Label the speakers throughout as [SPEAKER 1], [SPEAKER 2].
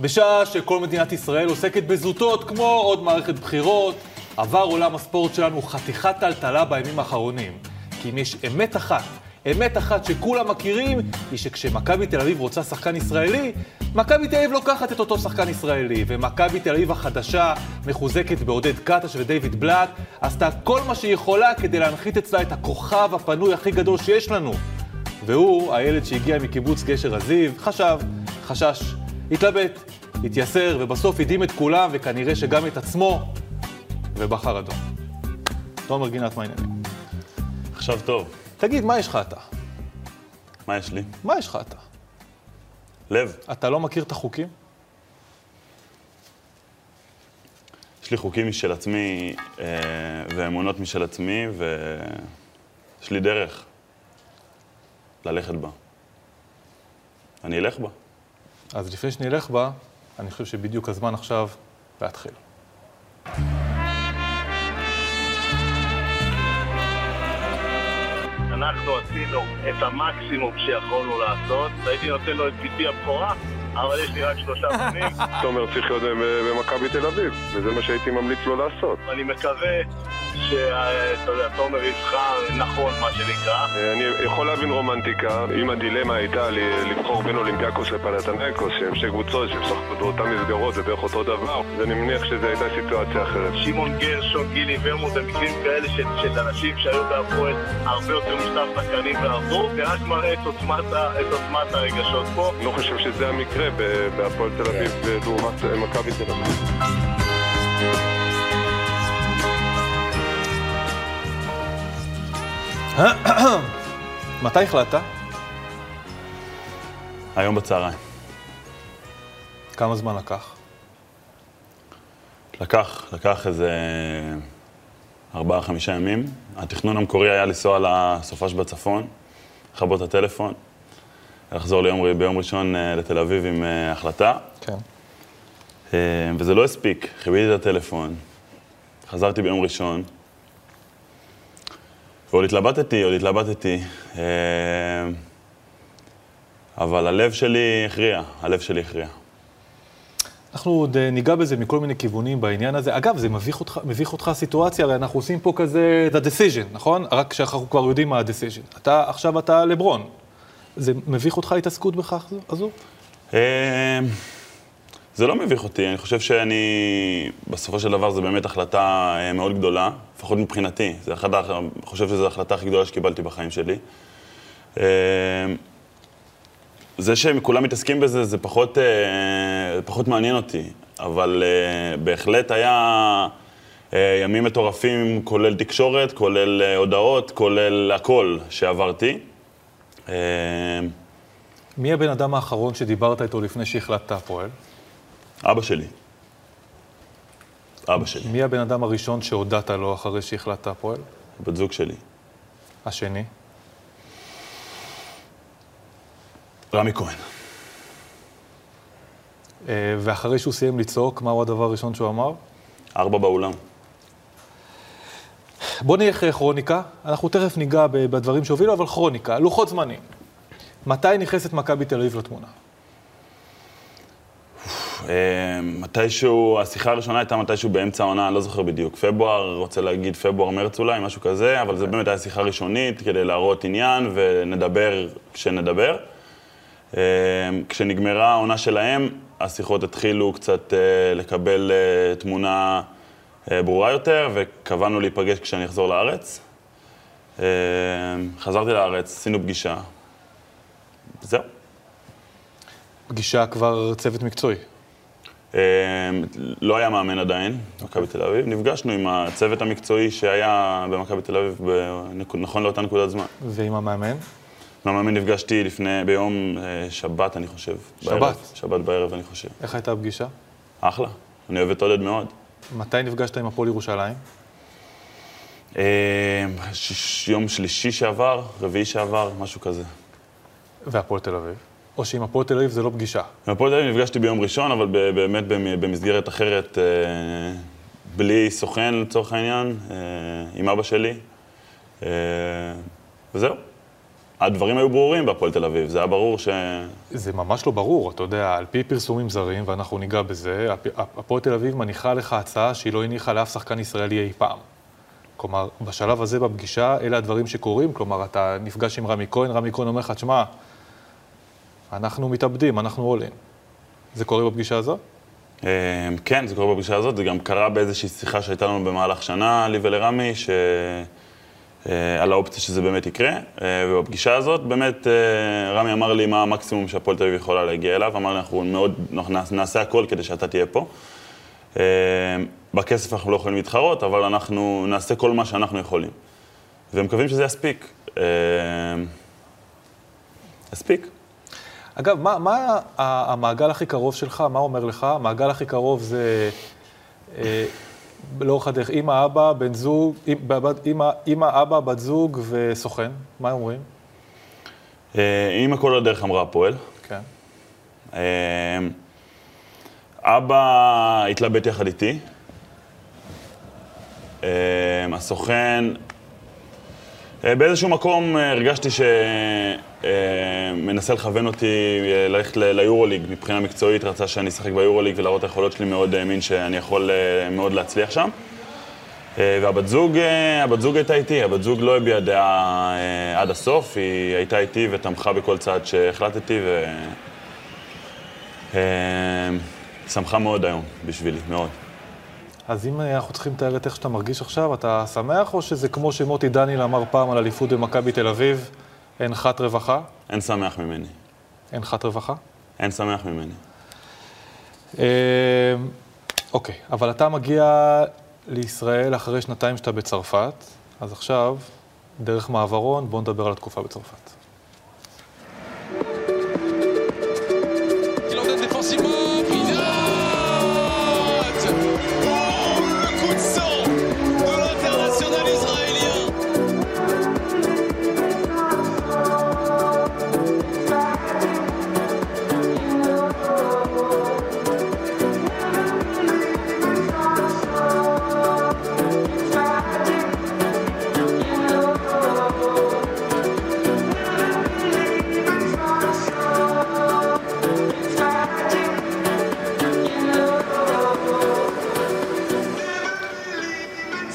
[SPEAKER 1] בשעה שכל מדינת ישראל עוסקת בזוטות כמו עוד מערכת בחירות, עבר עולם הספורט שלנו חתיכת טלטלה בימים האחרונים. כי אם יש אמת אחת, אמת אחת שכולם מכירים, היא שכשמכבי תל אביב רוצה שחקן ישראלי, מכבי תל אביב לוקחת את אותו שחקן ישראלי, ומכבי תל אביב החדשה מחוזקת בעודד קטש ודייוויד בלאט, עשתה כל מה שהיא יכולה כדי להנחית אצלה את הכוכב הפנוי הכי גדול שיש לנו. והוא, הילד שהגיע מקיבוץ גשר הזיו, חשב, חשש, התלבט, התייסר, ובסוף הדהים את כולם, וכנראה שגם את עצמו, ובחר אדום. תומר גינת, מה העניינים?
[SPEAKER 2] עכשיו טוב,
[SPEAKER 1] תגיד, מה יש לך אתה?
[SPEAKER 2] מה יש לי?
[SPEAKER 1] מה יש לך אתה?
[SPEAKER 2] לב,
[SPEAKER 1] אתה לא מכיר את החוקים?
[SPEAKER 2] יש לי חוקים משל עצמי אה, ואמונות משל עצמי, ויש לי דרך ללכת בה. אני אלך בה.
[SPEAKER 1] אז לפני שנלך בה, אני חושב שבדיוק הזמן עכשיו להתחיל.
[SPEAKER 3] אנחנו עשינו את המקסימום שיכולנו לעשות, הייתי נותן לו את בתי הבכורה, אבל יש לי רק שלושה בנים,
[SPEAKER 4] תומר צריך להיות ב- במכבי תל אביב, וזה מה שהייתי ממליץ לו לעשות.
[SPEAKER 3] ואני מקווה שאתה יודע, תומר יבחר נכון, מה שנקרא.
[SPEAKER 4] אה, אני יכול להבין רומנטיקה, אם הדילמה הייתה ל- לבחור בין אולימפיאקוס לפנתנקוס, שהם שתי קבוצות שמשחקות באותן מסגרות ובערך אותו דבר, אז אני מניח שזו הייתה סיטואציה אחרת.
[SPEAKER 3] שמעון גרשון, גילי ורמוט, הם מקרים כאלה של, של אנשים שהיו בהפועל הרבה יותר משלב שחקנים ועברו, זה רק מראה את עוצמת, ה- את עוצמת הרגשות פה.
[SPEAKER 4] אני לא חושב שזה המקרה ב- בהפועל תל אביב
[SPEAKER 5] כן.
[SPEAKER 4] לעומת אה, מכבי תל אביב.
[SPEAKER 1] מתי החלטת?
[SPEAKER 2] היום בצהריים.
[SPEAKER 1] כמה זמן לקח?
[SPEAKER 2] לקח, לקח איזה ארבעה, חמישה ימים. התכנון המקורי היה לנסוע לסופש בצפון, לכבות את הטלפון, לחזור ליום, ביום ראשון אה, לתל אביב עם אה, החלטה,
[SPEAKER 1] כן.
[SPEAKER 2] אה, וזה לא הספיק. כיביתי את הטלפון, חזרתי ביום ראשון, ועוד התלבטתי, עוד התלבטתי, אה, אבל הלב שלי הכריע, הלב שלי הכריע.
[SPEAKER 1] אנחנו עוד אה, ניגע בזה מכל מיני כיוונים בעניין הזה. אגב, זה מביך אותך, מביך אותך הסיטואציה, הרי אנחנו עושים פה כזה את ה-decision, נכון? רק שאנחנו כבר יודעים מה ה-decision. אתה, עכשיו אתה לברון. זה מביך אותך ההתעסקות בכך זו- הזו?
[SPEAKER 2] אה, זה לא מביך אותי, אני חושב שאני, בסופו של דבר זו באמת החלטה אה, מאוד גדולה, לפחות מבחינתי, זה אחת, ההח- אני חושב שזו ההחלטה הכי גדולה שקיבלתי בחיים שלי. אה, זה שכולם מתעסקים בזה, זה פחות, אה, פחות מעניין אותי, אבל אה, בהחלט היה אה, ימים מטורפים, כולל תקשורת, כולל אה, הודעות, כולל הכל שעברתי. אה,
[SPEAKER 1] מי הבן אדם האחרון שדיברת איתו לפני שהחלטת הפועל?
[SPEAKER 2] אבא שלי. אבא שלי,
[SPEAKER 1] מי הבן אדם הראשון שהודעת לו אחרי שהחלטת הפועל?
[SPEAKER 2] בת זוג שלי.
[SPEAKER 1] השני?
[SPEAKER 2] רמי כהן.
[SPEAKER 1] אה, ואחרי שהוא סיים לצעוק, מהו הדבר הראשון שהוא אמר?
[SPEAKER 2] ארבע באולם.
[SPEAKER 1] בוא נלך אה, כרוניקה, אנחנו תכף ניגע ב- בדברים שהובילו, אבל כרוניקה, לוחות זמנים. מתי נכנסת מכבי תל אביב לתמונה?
[SPEAKER 2] אה, מתישהו, השיחה הראשונה הייתה מתישהו באמצע העונה, אני לא זוכר בדיוק. פברואר, רוצה להגיד פברואר-מרץ אולי, משהו כזה, אבל זה באמת היה שיחה ראשונית כדי להראות עניין ונדבר כשנדבר. אה, כשנגמרה העונה שלהם, השיחות התחילו קצת אה, לקבל אה, תמונה אה, ברורה יותר, וקבענו להיפגש כשאני אחזור לארץ. אה, חזרתי לארץ, עשינו פגישה. זהו.
[SPEAKER 1] פגישה כבר צוות מקצועי.
[SPEAKER 2] אה, לא היה מאמן עדיין, מכבי תל אביב. נפגשנו עם הצוות המקצועי שהיה במכבי תל אביב, בנק- נכון לאותה נקודת זמן.
[SPEAKER 1] ועם המאמן?
[SPEAKER 2] עם המאמן נפגשתי לפני, ביום אה, שבת, אני חושב.
[SPEAKER 1] שבת?
[SPEAKER 2] בערב. שבת בערב, אני חושב.
[SPEAKER 1] איך הייתה הפגישה?
[SPEAKER 2] אחלה. אני אוהב את עודד מאוד.
[SPEAKER 1] מתי נפגשת עם הפועל ירושלים?
[SPEAKER 2] אה, ש- ש- יום שלישי שעבר, רביעי שעבר, משהו כזה.
[SPEAKER 1] והפועל תל אביב. או שעם הפועל תל אביב זה לא פגישה.
[SPEAKER 2] עם הפועל תל אביב נפגשתי ביום ראשון, אבל ב- באמת במ- במסגרת אחרת, אה, בלי סוכן לצורך העניין, אה, עם אבא שלי. אה, וזהו. הדברים היו ברורים בהפועל תל אביב, זה היה ברור ש...
[SPEAKER 1] זה ממש לא ברור, אתה יודע, על פי פרסומים זרים, ואנחנו ניגע בזה, הפ- הפועל תל אביב מניחה לך הצעה שהיא לא הניחה לאף שחקן ישראלי אי פעם. כלומר, בשלב הזה בפגישה, אלה הדברים שקורים, כלומר, אתה נפגש עם רמי כהן, רמי כהן אומר לך, תשמע, אנחנו מתאבדים, אנחנו עולים. זה קורה בפגישה הזו?
[SPEAKER 2] אה, כן, זה קורה בפגישה הזאת, זה גם קרה באיזושהי שיחה שהייתה לנו במהלך שנה, לי ולרמי, ש... אה, על האופציה שזה באמת יקרה, אה, ובפגישה הזאת באמת אה, רמי אמר לי מה המקסימום שהפועל תל אביב יכולה להגיע אליו, אמר לי אנחנו מאוד, אנחנו נעש- נעשה הכל כדי שאתה תהיה פה. אה, בכסף אנחנו לא יכולים להתחרות, אבל אנחנו נעשה כל מה שאנחנו יכולים. ומקווים שזה יספיק. אה, יספיק.
[SPEAKER 1] אגב, מה, מה ה- המעגל הכי קרוב שלך, מה אומר לך? המעגל הכי קרוב זה אה, לאורך הדרך, אמא, אבא, בן זוג, אמא, אמא, אמא, אבא, בת זוג וסוכן, מה הם אומרים?
[SPEAKER 2] אה, אימא כל הדרך אמרה הפועל.
[SPEAKER 1] כן.
[SPEAKER 2] אה, אבא התלבט יחד איתי. אה, הסוכן... אה, באיזשהו מקום אה, הרגשתי שמנסה לכוון אותי אה, ללכת ל- ליורוליג מבחינה מקצועית, רצה שאני אשחק ביורוליג ולהראות את היכולות שלי, מאוד האמין שאני יכול אה, מאוד להצליח שם. אה, והבת זוג, אה, הבת זוג הייתה איתי, הבת זוג לא הביעה דעה אה, עד הסוף, היא הייתה איתי ותמכה בכל צעד שהחלטתי ו... אה, שמחה מאוד היום בשבילי, מאוד.
[SPEAKER 1] אז אם אה, אנחנו צריכים לתאר את איך שאתה מרגיש עכשיו, אתה שמח או שזה כמו שמוטי דניאל אמר פעם על אליפות במכבי תל אביב, אין חת רווחה?
[SPEAKER 2] אין שמח ממני,
[SPEAKER 1] אין חת רווחה?
[SPEAKER 2] אין שמח ממני.
[SPEAKER 1] אה, אוקיי, אבל אתה מגיע לישראל אחרי שנתיים שאתה בצרפת, אז עכשיו, דרך מעברון, בואו נדבר על התקופה בצרפת.
[SPEAKER 6] Il emmène défensivement, Pilat Oh, le coup de sang de l'international israélien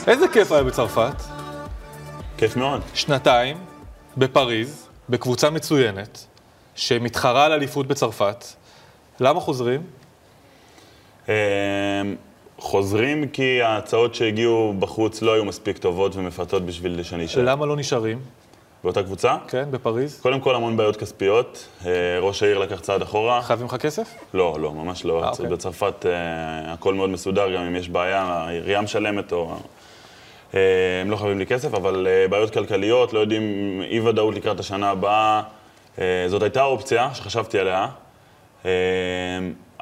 [SPEAKER 1] איזה כיף היה בצרפת?
[SPEAKER 2] כיף מאוד.
[SPEAKER 1] שנתיים, בפריז, בקבוצה מצוינת, שמתחרה על אליפות בצרפת. למה חוזרים?
[SPEAKER 2] אה, חוזרים כי ההצעות שהגיעו בחוץ לא היו מספיק טובות ומפתות בשביל שאני אשאר.
[SPEAKER 1] למה לא נשארים?
[SPEAKER 2] באותה קבוצה?
[SPEAKER 1] כן, בפריז?
[SPEAKER 2] קודם כל המון בעיות כספיות, אה, ראש העיר לקח צעד אחורה.
[SPEAKER 1] חייבים לך כסף?
[SPEAKER 2] לא, לא, ממש לא.
[SPEAKER 1] אה, אוקיי.
[SPEAKER 2] בצרפת אה, הכל מאוד מסודר, גם אם יש בעיה, העירייה משלמת או... אה, הם לא חייבים לי כסף, אבל אה, בעיות כלכליות, לא יודעים, אי-ודאות לקראת השנה הבאה. אה, זאת הייתה אופציה שחשבתי עליה, אה,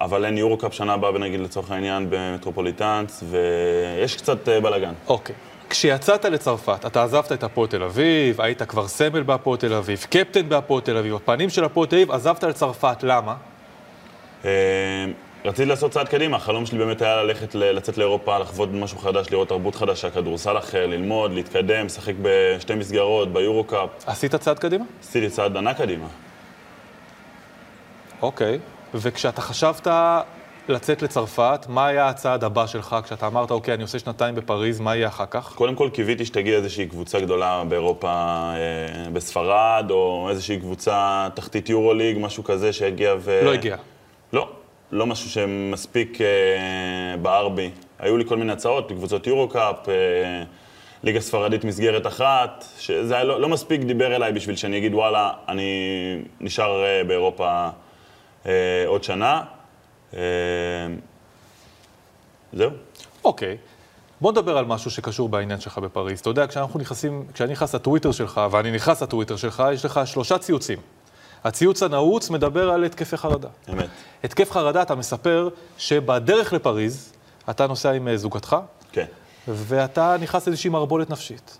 [SPEAKER 2] אבל אין יורו-קאפ שנה הבאה, נגיד לצורך העניין, במטרופוליטנס, ויש קצת אה, בלאגן.
[SPEAKER 1] אוקיי. כשיצאת לצרפת, אתה עזבת את הפועל תל אביב, היית כבר סמל בהפועל תל אביב, קפטן בהפועל תל אביב, הפנים של הפועל תל אביב, עזבת לצרפת, למה?
[SPEAKER 2] אה, רציתי לעשות צעד קדימה, החלום שלי באמת היה ללכת, ל- לצאת לאירופה, לחוות משהו חדש, לראות תרבות חדשה, כדורסל אחר, ללמוד, להתקדם, לשחק בשתי מסגרות, ביורו-קאפ.
[SPEAKER 1] עשית צעד קדימה?
[SPEAKER 2] עשיתי צעד ענק קדימה.
[SPEAKER 1] אוקיי. וכשאתה חשבת לצאת לצרפת, מה היה הצעד הבא שלך? כשאתה אמרת, אוקיי, אני עושה שנתיים בפריז, מה יהיה אחר כך?
[SPEAKER 2] קודם כל קיוויתי שתגיע איזושהי קבוצה גדולה באירופה, אה, בספרד, או איזושהי קבוצה תחתית יורוליג, משהו כזה שיגיע ו...
[SPEAKER 1] לא הגיע.
[SPEAKER 2] לא, לא משהו שמספיק אה, בער בי. היו לי כל מיני הצעות, קבוצות יורו-קאפ, אה, ליגה ספרדית מסגרת אחת, שזה היה לא, לא מספיק דיבר אליי בשביל שאני אגיד, וואלה, אני נשאר אה, באירופה אה, עוד שנה. אה, זהו.
[SPEAKER 1] אוקיי. בוא נדבר על משהו שקשור בעניין שלך בפריז. אתה יודע, כשאנחנו נכנסים, כשאני נכנס לטוויטר שלך, ואני נכנס לטוויטר שלך, יש לך שלושה ציוצים. הציוץ הנעוץ מדבר על התקפי חרדה.
[SPEAKER 2] אמת.
[SPEAKER 1] התקף חרדה, אתה מספר שבדרך לפריז, אתה נוסע עם אה, זוגתך,
[SPEAKER 2] כן.
[SPEAKER 1] ואתה נכנס לאיזושהי מערבולת נפשית.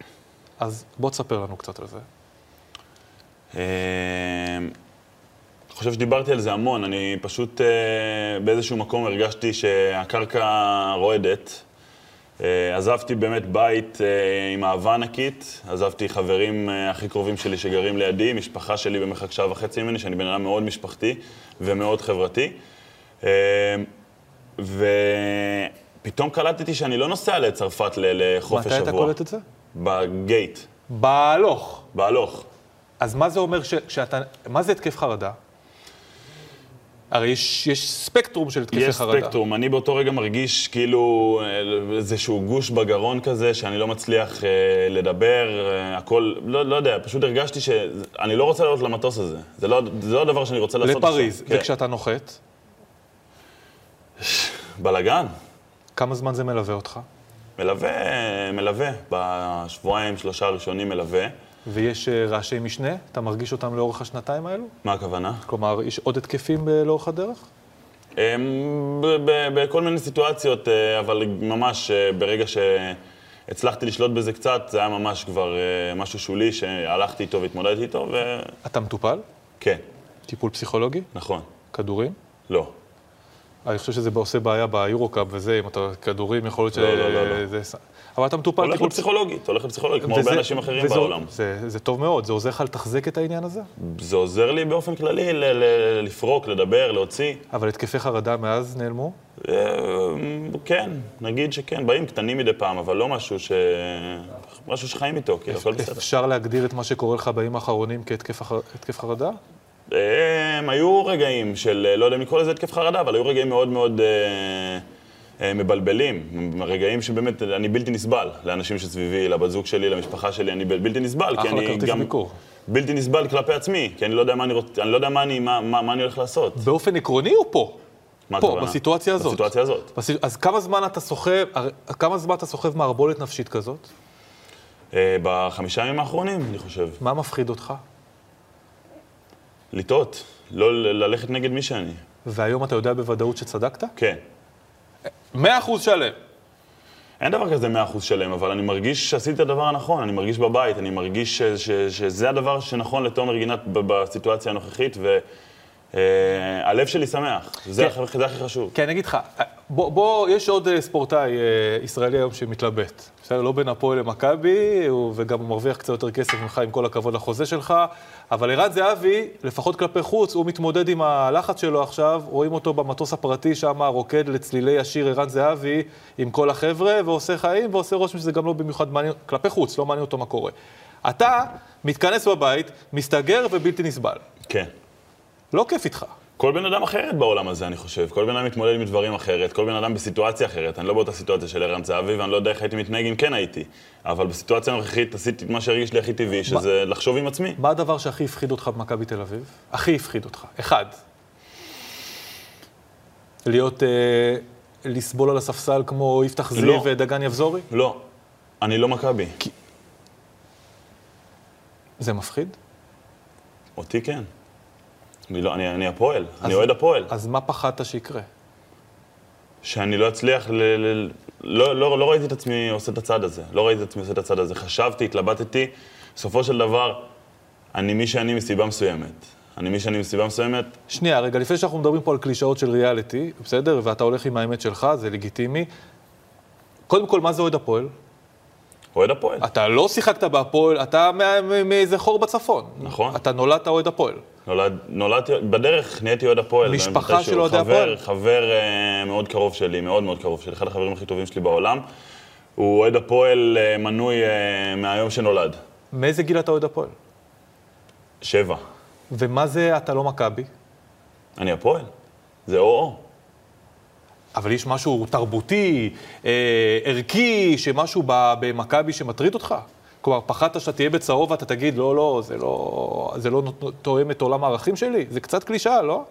[SPEAKER 1] אז בוא תספר לנו קצת על זה.
[SPEAKER 2] אה, אמ, חושב שדיברתי על זה המון, אני פשוט אה, באיזשהו מקום הרגשתי שהקרקע רועדת, אה, עזבתי באמת בית אה, עם אהבה ענקית, עזבתי חברים אה, הכי קרובים שלי שגרים לידי, משפחה שלי במרחק שעה וחצי ממני, שאני בן אדם מאוד משפחתי ומאוד חברתי. אה, ופתאום קלטתי שאני לא נוסע לצרפת ל- לחופש
[SPEAKER 1] מתי
[SPEAKER 2] שבוע.
[SPEAKER 1] אתה קולט את זה?
[SPEAKER 2] בגייט,
[SPEAKER 1] בהלוך.
[SPEAKER 2] בהלוך.
[SPEAKER 1] אז מה זה אומר ש, שאתה... מה זה התקף חרדה? הרי יש, יש ספקטרום של התקפי
[SPEAKER 2] יש
[SPEAKER 1] חרדה.
[SPEAKER 2] ספקטרום, אני באותו רגע מרגיש כאילו אה, איזשהו גוש בגרון כזה, שאני לא מצליח אה, לדבר, אה, הכל, לא, לא יודע, פשוט הרגשתי שאני לא רוצה לעלות למטוס הזה. זה לא, זה לא הדבר שאני רוצה לעשות
[SPEAKER 1] לפריז,
[SPEAKER 2] עכשיו.
[SPEAKER 1] וכשאתה נוחת,
[SPEAKER 2] כן. בלאגן,
[SPEAKER 1] כמה זמן זה מלווה אותך?
[SPEAKER 2] מלווה, מלווה, בשבועיים, שלושה הראשונים מלווה.
[SPEAKER 1] ויש אה, רעשי משנה? אתה מרגיש אותם לאורך השנתיים האלו?
[SPEAKER 2] מה הכוונה?
[SPEAKER 1] כלומר, יש עוד התקפים אה, לאורך הדרך?
[SPEAKER 2] אמ, ב- ב- בכל מיני סיטואציות, אה, אבל ממש אה, ברגע שהצלחתי לשלוט בזה קצת, זה היה ממש כבר אה, משהו שולי שהלכתי איתו והתמודדתי איתו,
[SPEAKER 1] אתה מטופל?
[SPEAKER 2] וכן,
[SPEAKER 1] טיפול פסיכולוגי?
[SPEAKER 2] כן, נכון,
[SPEAKER 1] כדורים?
[SPEAKER 2] לא.
[SPEAKER 1] אני חושב שזה עושה בעיה ביורו-קאפ וזה, אם אתה כדורים, יכול להיות ש...
[SPEAKER 2] לא, לא, לא, לא.
[SPEAKER 1] זה... ס- אבל אתה מטופל
[SPEAKER 2] הולך לפסיכולוגית, הולך לפסיכולוגית, כמו הרבה
[SPEAKER 1] וזה-
[SPEAKER 2] אנשים אחרים
[SPEAKER 1] וזה-
[SPEAKER 2] בעולם.
[SPEAKER 1] זה, זה טוב מאוד, זה עוזר לך לתחזק את העניין הזה?
[SPEAKER 2] זה עוזר לי באופן כללי ל- ל- לפרוק, לדבר, להוציא.
[SPEAKER 1] אבל התקפי חרדה מאז נעלמו?
[SPEAKER 2] אה, כן, נגיד שכן, באים קטנים מדי פעם, אבל לא משהו ש... משהו שחיים איתו, כאילו, הכל בסדר.
[SPEAKER 1] אפשר להגדיר את מה שקורה לך בימים האחרונים כהתקף הח- התקף חרדה?
[SPEAKER 2] הם, אמ, היו רגעים של, לא יודע אם לקרוא לזה התקף חרדה, אבל היו רגעים מאוד מאוד אה, אה, מבלבלים. רגעים שבאמת, אני בלתי נסבל לאנשים שסביבי, לבת זוג שלי, למשפחה שלי, אני בל- בלתי נסבל. כי
[SPEAKER 1] אחלה
[SPEAKER 2] אני
[SPEAKER 1] כרטיס
[SPEAKER 2] גם
[SPEAKER 1] ביקור.
[SPEAKER 2] בלתי נסבל כלפי עצמי, כי אני לא יודע מה אני רוצה, אני לא יודע מה אני, מה, מה, מה אני הולך לעשות.
[SPEAKER 1] באופן עקרוני או פה?
[SPEAKER 2] מה
[SPEAKER 1] פה,
[SPEAKER 2] הכוונה?
[SPEAKER 1] בסיטואציה הזאת.
[SPEAKER 2] בסיטואציה הזאת.
[SPEAKER 1] בס- אז כמה זמן אתה סוחב, הרי- כמה זמן אתה סוחב מערבולת נפשית כזאת?
[SPEAKER 2] אה, בחמישה ימים האחרונים, אני חושב,
[SPEAKER 1] מה מפחיד אותך?
[SPEAKER 2] לטעות, לא ל- ללכת נגד מי שאני.
[SPEAKER 1] והיום אתה יודע בוודאות שצדקת?
[SPEAKER 2] כן.
[SPEAKER 1] 100% שלם.
[SPEAKER 2] אין דבר כזה 100% שלם, אבל אני מרגיש שעשיתי את הדבר הנכון, אני מרגיש בבית, אני מרגיש ש- ש- שזה הדבר שנכון לתומר גינת ב- בסיטואציה הנוכחית, והלב שלי שמח, זה
[SPEAKER 1] כן.
[SPEAKER 2] הכ- זה הכי חשוב.
[SPEAKER 1] כי אני אגיד לך, בוא, בוא, יש עוד אה, ספורטאי אה, ישראלי היום שמתלבט. בסדר, לא בין הפועל למכבי, הוא- וגם הוא מרוויח קצת יותר כסף ממך, עם כל הכבוד לחוזה שלך, אבל ערן זהבי, לפחות כלפי חוץ, הוא מתמודד עם הלחץ שלו עכשיו, רואים אותו במטוס הפרטי שם, רוקד לצלילי השיר ערן זהבי עם כל החבר'ה, ועושה חיים, ועושה רושם שזה גם לא במיוחד מעניין, כלפי חוץ, לא מעניין אותו מה קורה. אתה מתכנס בבית, מסתגר ובלתי נסבל.
[SPEAKER 2] כן.
[SPEAKER 1] לא כיף איתך.
[SPEAKER 2] כל בן אדם אחרת בעולם הזה, אני חושב. כל בן אדם מתמודד עם דברים אחרת, כל בן אדם בסיטואציה אחרת. אני לא באותה סיטואציה של ערן זהבי, ואני לא יודע איך הייתי מתנהג אם כן הייתי. אבל בסיטואציה הנוכחית עשיתי את מה שהרגיש לי הכי טבעי, שזה לחשוב עם עצמי.
[SPEAKER 1] מה הדבר שהכי הפחיד אותך במכבי תל אביב? הכי הפחיד אותך. אחד. להיות, אה, לסבול על הספסל כמו יפתח זיו
[SPEAKER 2] לא.
[SPEAKER 1] ודגן יבזורי?
[SPEAKER 2] לא, אני לא מכבי.
[SPEAKER 1] זה מפחיד.
[SPEAKER 2] אותי כן. אני לא, אני, אני הפועל, אני אוהד הפועל.
[SPEAKER 1] אז מה פחדת שיקרה?
[SPEAKER 2] שאני לא אצליח, ל, ל, לא, לא, לא ראיתי את עצמי עושה את הצעד הזה. לא ראיתי את עצמי עושה את הצעד הזה. חשבתי, התלבטתי, בסופו של דבר, אני מי שאני מסיבה מסוימת. אני מי שאני מסיבה מסוימת,
[SPEAKER 1] שנייה, רגע, לפני שאנחנו מדברים פה על קלישאות של ריאליטי, בסדר? ואתה הולך עם האמת שלך, זה לגיטימי. קודם כל, מה זה אוהד הפועל?
[SPEAKER 2] אוהד הפועל.
[SPEAKER 1] אתה לא שיחקת בהפועל, אתה מה- מ- מאיזה חור בצפון.
[SPEAKER 2] נכון.
[SPEAKER 1] אתה נולדת אוהד הפועל.
[SPEAKER 2] נולד, נולדתי, בדרך נהייתי אוהד הפועל.
[SPEAKER 1] משפחה
[SPEAKER 2] מתישהו.
[SPEAKER 1] של אוהדי
[SPEAKER 2] חבר-
[SPEAKER 1] הפועל.
[SPEAKER 2] חבר אה, מאוד קרוב שלי, מאוד מאוד קרוב שלי, אחד החברים הכי טובים שלי בעולם. הוא אוהד הפועל אה, מנוי אה, מהיום שנולד.
[SPEAKER 1] מאיזה גיל אתה אוהד הפועל?
[SPEAKER 2] שבע.
[SPEAKER 1] ומה זה אתה לא מכבי?
[SPEAKER 2] אני הפועל. זה או-או.
[SPEAKER 1] אבל יש משהו תרבותי, אה, ערכי, שמשהו ב- במכבי שמטריד אותך? כלומר, פחדת שאתה תהיה בצהוב ואתה תגיד, לא, לא, זה לא, זה לא נות- תואם את עולם הערכים שלי? זה קצת קלישאה, לא?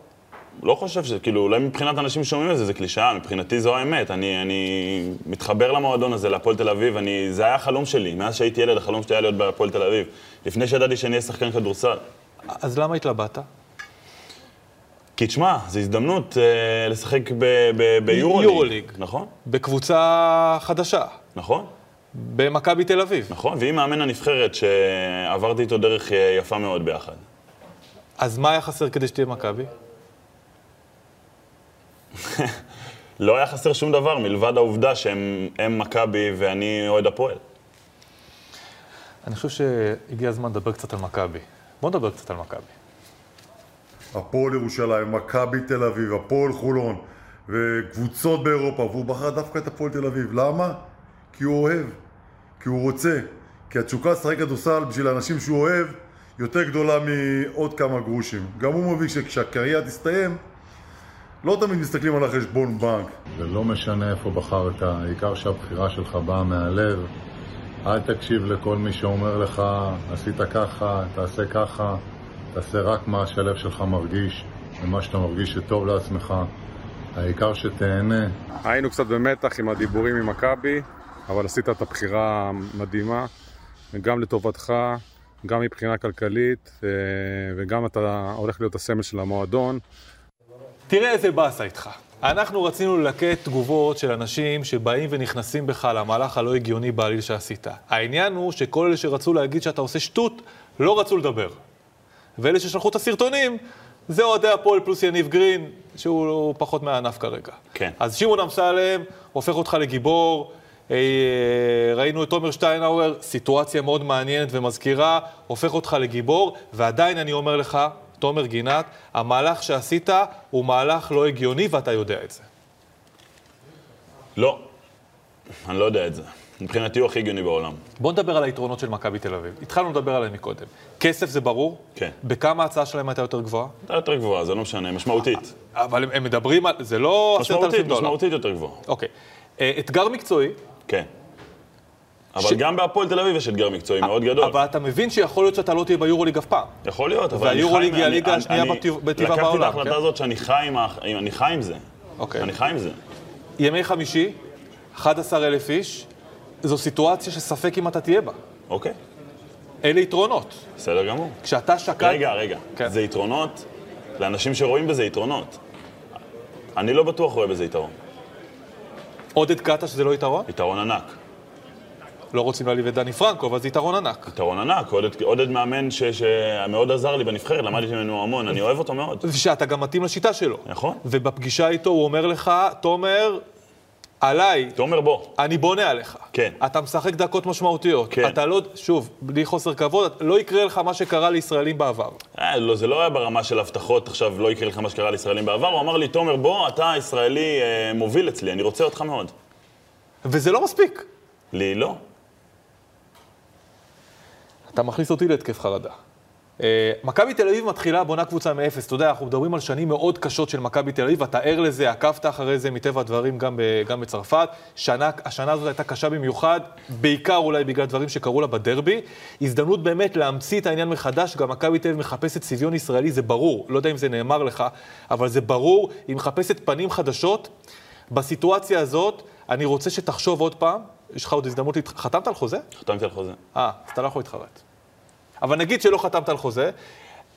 [SPEAKER 2] לא חושב שזה, כאילו, אולי מבחינת אנשים ששומעים את זה, זה קלישאה, מבחינתי זו האמת. אני, אני מתחבר למועדון הזה, להפועל תל אביב, אני, זה היה החלום שלי. מאז שהייתי ילד, החלום שלי היה להיות בהפועל תל אביב. לפני שידעתי שאני אהיה שחקן כדורסל.
[SPEAKER 1] אז למה התלבטת?
[SPEAKER 2] כי תשמע, זו הזדמנות אה, לשחק ב- ב- ביורוליג.
[SPEAKER 1] יורוליג.
[SPEAKER 2] נכון,
[SPEAKER 1] בקבוצה חדשה,
[SPEAKER 2] נכון,
[SPEAKER 1] במכבי תל אביב.
[SPEAKER 2] נכון. ועם מאמן הנבחרת שעברתי איתו דרך אה, יפה מאוד ביחד.
[SPEAKER 1] אז מה היה חסר כדי שתהיה מכבי?
[SPEAKER 2] לא היה חסר שום דבר מלבד העובדה שהם הם מכבי ואני אוהד הפועל.
[SPEAKER 1] אני חושב שהגיע הזמן לדבר קצת על מכבי. בוא נדבר קצת על מכבי.
[SPEAKER 7] הפועל ירושלים, מכבי תל אביב, הפועל חולון וקבוצות באירופה, והוא בחר דווקא את הפועל תל אביב. למה? כי הוא אוהב, כי הוא רוצה, כי התשוקה לשחק כדורסל בשביל האנשים שהוא אוהב יותר גדולה מעוד כמה גרושים. גם הוא מבין שכשהקריירה תסתיים, לא תמיד מסתכלים על החשבון בנק.
[SPEAKER 8] ולא משנה איפה בחרת, העיקר שהבחירה שלך באה מהלב. אל תקשיב לכל מי שאומר לך, עשית ככה, תעשה ככה, תעשה רק מה שהלב שלך מרגיש, ומה שאתה מרגיש שטוב לעצמך. העיקר שתהנה.
[SPEAKER 5] היינו קצת במתח עם הדיבורים עם מכבי, אבל עשית את הבחירה המדהימה, גם לטובתך, גם מבחינה כלכלית, אה, וגם אתה הולך להיות הסמל של המועדון.
[SPEAKER 1] תראה איזה באסה איתך. אנחנו רצינו ללקט תגובות של אנשים שבאים ונכנסים בך למהלך הלא הגיוני בעליל שעשית. העניין הוא שכל אלה שרצו להגיד שאתה עושה שטות, לא רצו לדבר. ואלה ששלחו את הסרטונים, זה אוהדי הפועל פלוס יניב גרין, שהוא פחות מהענף כרגע.
[SPEAKER 2] כן.
[SPEAKER 1] אז שמעון אמסלם הופך אותך לגיבור. אה, ראינו את תומר שטיינאוור, סיטואציה מאוד מעניינת ומזכירה, הופך אותך לגיבור, ועדיין אני אומר לך, תומר גינת, המהלך שעשית הוא מהלך לא הגיוני ואתה יודע את זה.
[SPEAKER 2] לא, אני לא יודע את זה. מבחינתי הוא הכי הגיוני בעולם.
[SPEAKER 1] בוא נדבר על היתרונות של מכבי תל אביב. התחלנו לדבר עליהם מקודם. כסף זה ברור?
[SPEAKER 2] כן.
[SPEAKER 1] בכמה ההצעה שלהם הייתה יותר גבוהה?
[SPEAKER 2] אתה יותר גבוהה, זה לא משנה, משמעותית.
[SPEAKER 1] אבל הם, הם מדברים על... זה לא אה, עשרת
[SPEAKER 2] משמעותית,
[SPEAKER 1] אלפים דולר.
[SPEAKER 2] משמעותית יותר גבוהה.
[SPEAKER 1] אוקיי. אה, אתגר מקצועי.
[SPEAKER 2] כן.
[SPEAKER 1] ש- אה,
[SPEAKER 2] אבל גם בהפועל תל אביב יש אתגר מקצועי מאוד גדול.
[SPEAKER 1] אבל אתה מבין שיכול להיות שאתה לא תהיה ביורוליג אף פעם.
[SPEAKER 2] יכול להיות, אבל אני חי...
[SPEAKER 1] והיורוליג היא
[SPEAKER 2] אני-
[SPEAKER 1] הליגה
[SPEAKER 2] אני-
[SPEAKER 1] השנייה
[SPEAKER 2] אני-
[SPEAKER 1] בטבע- בטבעה
[SPEAKER 2] לקחתי את
[SPEAKER 1] בעולם,
[SPEAKER 2] ההחלטה
[SPEAKER 1] כן?
[SPEAKER 2] הזאת שאני חי עם האח- אני חי עם זה.
[SPEAKER 1] אוקיי.
[SPEAKER 2] אני חי עם זה.
[SPEAKER 1] ימי חמישי, 11,000 איש, זו סיטואציה שספק אם אתה תהיה בה.
[SPEAKER 2] אוקיי,
[SPEAKER 1] אלה יתרונות.
[SPEAKER 2] בסדר גמור.
[SPEAKER 1] כשאתה שקלת...
[SPEAKER 2] רגע, רגע.
[SPEAKER 1] כן.
[SPEAKER 2] זה יתרונות לאנשים שרואים בזה יתרונות. אני לא בטוח רואה בזה יתרון.
[SPEAKER 1] עודד קאטה שזה לא יתרון?
[SPEAKER 2] יתרון ענק.
[SPEAKER 1] לא רוצים להעליב את דני פרנקו, אבל זה יתרון ענק.
[SPEAKER 2] יתרון ענק, עודד, עודד מאמן ש- שמאוד עזר לי בנבחרת, למדתי ממנו המון, אני אוהב אותו מאוד.
[SPEAKER 1] ושאתה גם מתאים לשיטה שלו.
[SPEAKER 2] נכון.
[SPEAKER 1] ובפגישה איתו הוא אומר לך, תומר, עליי,
[SPEAKER 2] תומר בוא,
[SPEAKER 1] אני בונה עליך.
[SPEAKER 2] כן.
[SPEAKER 1] אתה משחק דקות משמעותיות.
[SPEAKER 2] כן.
[SPEAKER 1] אתה לא, שוב, בלי חוסר כבוד, לא יקרה לך מה שקרה לישראלים בעבר.
[SPEAKER 2] אה, לא, זה לא היה ברמה של הבטחות, עכשיו לא יקרה לך מה שקרה לישראלים בעבר, הוא אמר לי, תומר בוא, אתה ישראלי אה, מוביל אצלי, אני רוצה אותך מאוד.
[SPEAKER 1] וזה לא מספיק.
[SPEAKER 2] לי לא.
[SPEAKER 1] אתה מכניס אותי להתקף חרדה. אה, מכבי תל אביב מתחילה, בונה קבוצה מאפס. אתה יודע, אנחנו מדברים על שנים מאוד קשות של מכבי תל אביב, אתה ער לזה, עקבת אחרי זה מטבע הדברים גם, ב, גם בצרפת. שנה, השנה הזאת הייתה קשה במיוחד, בעיקר אולי בגלל דברים שקרו לה בדרבי. הזדמנות באמת להמציא את העניין מחדש, גם מכבי תל אביב מחפשת צביון ישראלי, זה ברור, לא יודע אם זה נאמר לך, אבל זה ברור, היא מחפשת פנים חדשות. בסיטואציה הזאת, אני רוצה שתחשוב עוד פעם, יש לך עוד הזדמנות, להתח- חתמת על חוזה?
[SPEAKER 2] חתמתי על חוזה.
[SPEAKER 1] אה, אז אתה לא יכול להתחרט. אבל נגיד שלא חתמת על חוזה,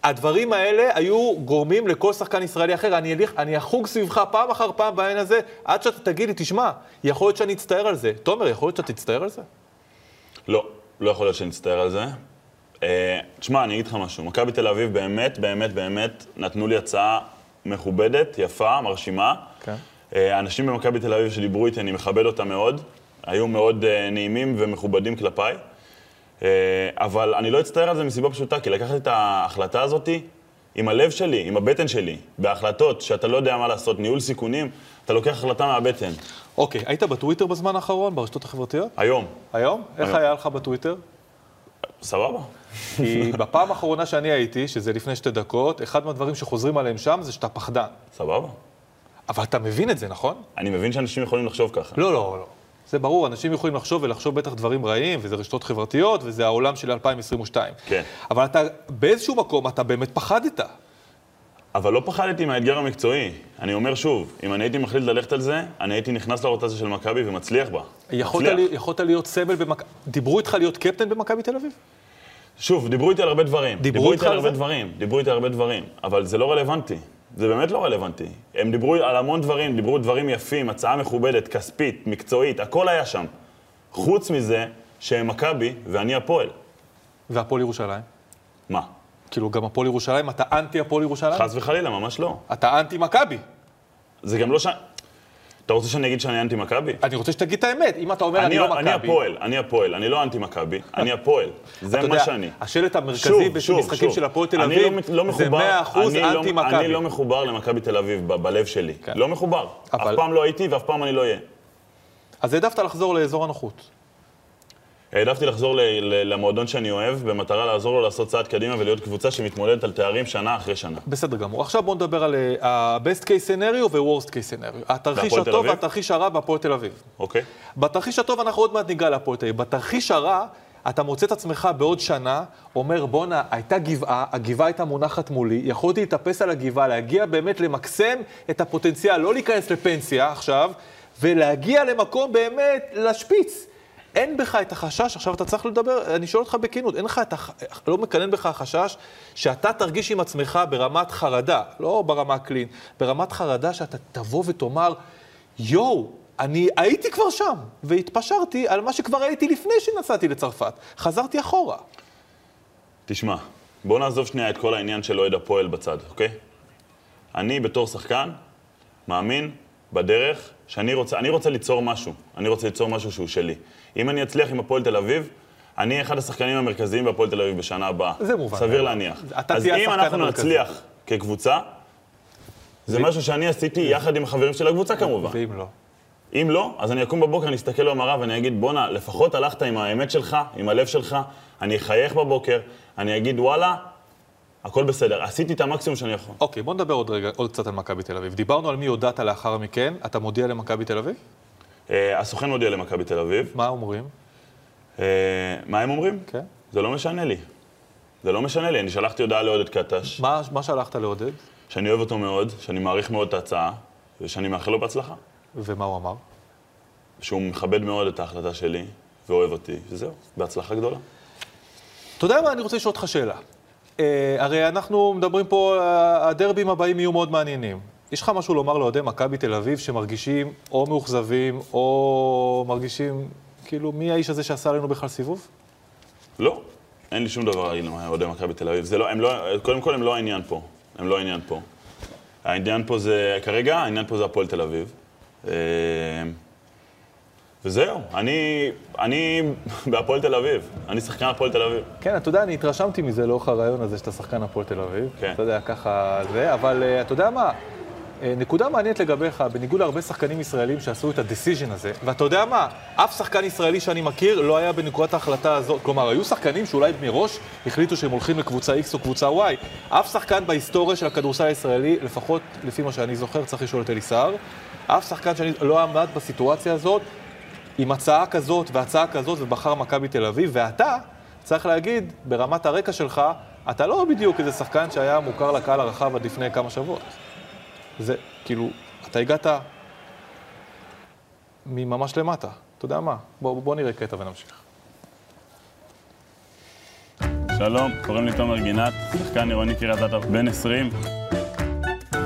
[SPEAKER 1] הדברים האלה היו גורמים לכל שחקן ישראלי אחר, אני, אליך, אני אחוג סביבך פעם אחר פעם בעין הזה, עד שאתה תגיד לי, תשמע, יכול להיות שאני אצטער על זה. תומר, יכול להיות שאתה תצטער על זה?
[SPEAKER 2] לא, לא יכול להיות שנצטער על זה. אה, תשמע, אני אגיד לך משהו. מכבי תל אביב באמת, באמת, באמת נתנו לי הצעה מכובדת, יפה, מרשימה.
[SPEAKER 1] כן.
[SPEAKER 2] אה, אנשים במכבי תל אביב שדיברו איתי, אני מכבד אותם מאוד. היו מאוד אה, נעימים ומכובדים כלפיי. אה, אבל אני לא אצטער על זה מסיבה פשוטה, כי לקחתי את ההחלטה הזאת עם הלב שלי, עם הבטן שלי, בהחלטות שאתה לא יודע מה לעשות, ניהול סיכונים, אתה לוקח החלטה מהבטן.
[SPEAKER 1] אוקיי, היית בטוויטר בזמן האחרון, ברשתות החברתיות?
[SPEAKER 2] היום,
[SPEAKER 1] היום? איך
[SPEAKER 2] היום.
[SPEAKER 1] היה לך בטוויטר?
[SPEAKER 2] סבבה?
[SPEAKER 1] כי בפעם האחרונה שאני הייתי, שזה לפני שתי דקות, אחד מהדברים שחוזרים עליהם שם זה שאתה פחדן.
[SPEAKER 2] סבבה.
[SPEAKER 1] אבל אתה מבין את זה, נכון?
[SPEAKER 2] אני מבין שאנשים יכולים לחשוב ככה.
[SPEAKER 1] לא, לא, לא. זה ברור, אנשים יכולים לחשוב, ולחשוב בטח דברים רעים, וזה רשתות חברתיות, וזה העולם של 2022.
[SPEAKER 2] כן.
[SPEAKER 1] אבל אתה, באיזשהו מקום, אתה באמת פחדת.
[SPEAKER 2] אבל לא פחדתי מהאתגר המקצועי. אני אומר שוב, אם אני הייתי מחליט ללכת על זה, אני הייתי נכנס לרוטציה של מכבי ומצליח בה.
[SPEAKER 1] יכולת,
[SPEAKER 2] מצליח.
[SPEAKER 1] לי, יכולת להיות סמל במכבי... דיברו איתך להיות קפטן במכבי תל אביב?
[SPEAKER 2] שוב, דיברו איתי על הרבה דברים.
[SPEAKER 1] דיברו איתך
[SPEAKER 2] איתי על
[SPEAKER 1] על
[SPEAKER 2] הרבה
[SPEAKER 1] זה?
[SPEAKER 2] דברים, דיברו איתי על הרבה דברים, אבל זה לא רלוונטי. זה באמת לא רלוונטי. הם דיברו על המון דברים, דיברו דברים יפים, הצעה מכובדת, כספית, מקצועית, הכל היה שם. חוץ מזה שהם מכבי ואני הפועל.
[SPEAKER 1] והפועל ירושלים?
[SPEAKER 2] מה?
[SPEAKER 1] כאילו, גם הפועל ירושלים, אתה אנטי הפועל ירושלים?
[SPEAKER 2] חס וחלילה, ממש לא.
[SPEAKER 1] אתה אנטי מכבי.
[SPEAKER 2] זה גם לא ש... אתה רוצה שאני אגיד שאני אנטי מכבי?
[SPEAKER 1] אני רוצה שתגיד את האמת, אם אתה אומר אני
[SPEAKER 2] אני
[SPEAKER 1] לא
[SPEAKER 2] אני
[SPEAKER 1] מכבי.
[SPEAKER 2] הפועל, אני הפועל, אני לא אנטי מכבי, אני הפועל. זה
[SPEAKER 1] אתה
[SPEAKER 2] מה
[SPEAKER 1] יודע,
[SPEAKER 2] שאני.
[SPEAKER 1] השלט
[SPEAKER 2] שוב,
[SPEAKER 1] המרכזי
[SPEAKER 2] שוב,
[SPEAKER 1] במשחקים
[SPEAKER 2] שוב.
[SPEAKER 1] של הפועל תל
[SPEAKER 2] אני
[SPEAKER 1] אביב,
[SPEAKER 2] לא מת- לא
[SPEAKER 1] זה 100%
[SPEAKER 2] מחובר- אני לא-
[SPEAKER 1] אנטי מכבי.
[SPEAKER 2] אני לא מחובר למכבי תל אביב ב- בלב שלי.
[SPEAKER 1] כן.
[SPEAKER 2] לא מחובר. אף
[SPEAKER 1] אבל-
[SPEAKER 2] פעם לא הייתי ואף פעם אני לא אהיה.
[SPEAKER 1] אז העדפת לחזור לאזור הנוחות.
[SPEAKER 2] העדפתי לחזור ל- ל- למועדון שאני אוהב, במטרה לעזור לו לעשות צעד קדימה ולהיות קבוצה שמתמודדת על תארים שנה אחרי שנה.
[SPEAKER 1] בסדר גמור. עכשיו בואו נדבר על אה, ה-best case scenario ו-worst case scenario. התרחיש
[SPEAKER 2] והפועל תל
[SPEAKER 1] הטוב
[SPEAKER 2] אביב?
[SPEAKER 1] והתרחיש הרע בהפועל תל אביב.
[SPEAKER 2] אוקיי?
[SPEAKER 1] בתרחיש הטוב אנחנו עוד מעט ניגע להפועל תל אביב. בתרחיש הרע, אתה מוצא את עצמך בעוד שנה, אומר, בואנה, הייתה גבעה, הגבעה הייתה מונחת מולי, יכולתי להתאפס על הגבעה, להגיע באמת למקסם את הפוטנציאל, לא להיכנס לפנסיה עכשיו, ולהגיע למקום באמת, לשפיץ. אין בך את החשש, עכשיו אתה צריך לדבר, אני שואל אותך בכנות, אין לך את הח... לא מקנן בך החשש שאתה תרגיש עם עצמך ברמת חרדה, לא ברמה הקלין, ברמת חרדה שאתה תבוא ותאמר, יואו, אני הייתי כבר שם, והתפשרתי על מה שכבר הייתי לפני שנסעתי לצרפת. חזרתי אחורה.
[SPEAKER 2] תשמע, בוא נעזוב שנייה את כל העניין של אוהד הפועל בצד, אוקיי? אני בתור שחקן מאמין בדרך שאני רוצה, אני רוצה ליצור משהו. אני רוצה ליצור משהו שהוא שלי. אם אני אצליח עם הפועל תל אביב, אני אהיה אחד השחקנים המרכזיים בהפועל תל אביב בשנה הבאה.
[SPEAKER 1] זה מובן.
[SPEAKER 2] סביר להניח.
[SPEAKER 1] אתה
[SPEAKER 2] אז
[SPEAKER 1] תהיה
[SPEAKER 2] אם
[SPEAKER 1] השחקן
[SPEAKER 2] אנחנו
[SPEAKER 1] המרכזי.
[SPEAKER 2] נצליח כקבוצה, זה משהו שאני עשיתי יחד עם החברים של הקבוצה כמובן.
[SPEAKER 1] ואם לא.
[SPEAKER 2] אם לא, אז אני אקום בבוקר, אני אסתכל במראה ואני אגיד, בואנה, לפחות הלכת עם האמת שלך, עם הלב שלך, אני אחייך בבוקר, אני אגיד, וואלה, הכל בסדר, עשיתי את המקסימום שאני יכול.
[SPEAKER 1] אוקיי, בוא נדבר עוד רגע, עוד קצת על מכבי תל אביב. דיברנו על מי הודעת לאחר מכן, אתה מודיע למכבי תל אביב?
[SPEAKER 2] אה, הסוכן מודיע למכבי תל אביב,
[SPEAKER 1] מה אומרים?
[SPEAKER 2] אה, מה הם אומרים?
[SPEAKER 1] כן.
[SPEAKER 2] זה לא משנה לי. זה לא משנה לי, אני שלחתי הודעה לעודד קטש,
[SPEAKER 1] מה, מה שלחת לעודד,
[SPEAKER 2] שאני אוהב אותו מאוד, שאני מעריך מאוד את ההצעה, ושאני מאחל לו בהצלחה.
[SPEAKER 1] ומה הוא אמר?
[SPEAKER 2] שהוא מכבד מאוד את ההחלטה שלי, ואוהב אותי, וזהו, בהצלחה גדולה.
[SPEAKER 1] אתה יודע מה, אני רוצה לשאול אותך שאלה. אה, הרי אנחנו מדברים פה, אה, הדרבים הבאים יהיו מאוד מעניינים. יש לך משהו לומר לאוהדי מכבי תל אביב שמרגישים או מאוכזבים, או מרגישים, כאילו, מי האיש הזה שעשה לנו בכלל סיבוב?
[SPEAKER 2] לא, אין לי שום דבר להגיד לאוהדי מכבי תל אביב. זה לא, הם לא, קודם כל, הם לא העניין פה. הם לא העניין פה. העניין פה זה, כרגע, העניין פה זה הפועל תל אביב. אה, וזהו, אני, אני בהפועל תל אביב. אני שחקן הפועל תל אביב.
[SPEAKER 1] כן, אתה יודע, אני התרשמתי מזה לאורך הרעיון הזה שאתה שחקן הפועל תל אביב.
[SPEAKER 2] כן.
[SPEAKER 1] אתה יודע, ככה זה, אבל אה, אתה יודע מה? אה, נקודה מעניינת לגביך, בניגוד להרבה שחקנים ישראלים שעשו את הדיסיז'ן הזה, ואתה יודע מה? אף שחקן ישראלי שאני מכיר לא היה בנקודת ההחלטה הזאת. כלומר, היו שחקנים שאולי מראש החליטו שהם הולכים לקבוצה X או קבוצה Y. אף שחקן בהיסטוריה של הכדורסל הישראלי, לפחות לפי מה שאני זוכר, צריך לשאול את אלי סער, אף שחקן שאני לא עמד בסיטואציה הזאת, עם הצעה כזאת והצעה כזאת, ובחר מכבי תל אביב, ואתה, צריך להגיד, ברמת הרקע שלך, אתה לא בדיוק איזה שחקן שהיה מוכר לקהל הרחב עד לפני כמה שבועות. זה, כאילו, אתה הגעת מממש למטה. אתה יודע מה? בוא, בוא נראה קטע ונמשיך.
[SPEAKER 2] שלום, קוראים לי תומר גינת, שחקן עירוני קריית אתא, בן 20.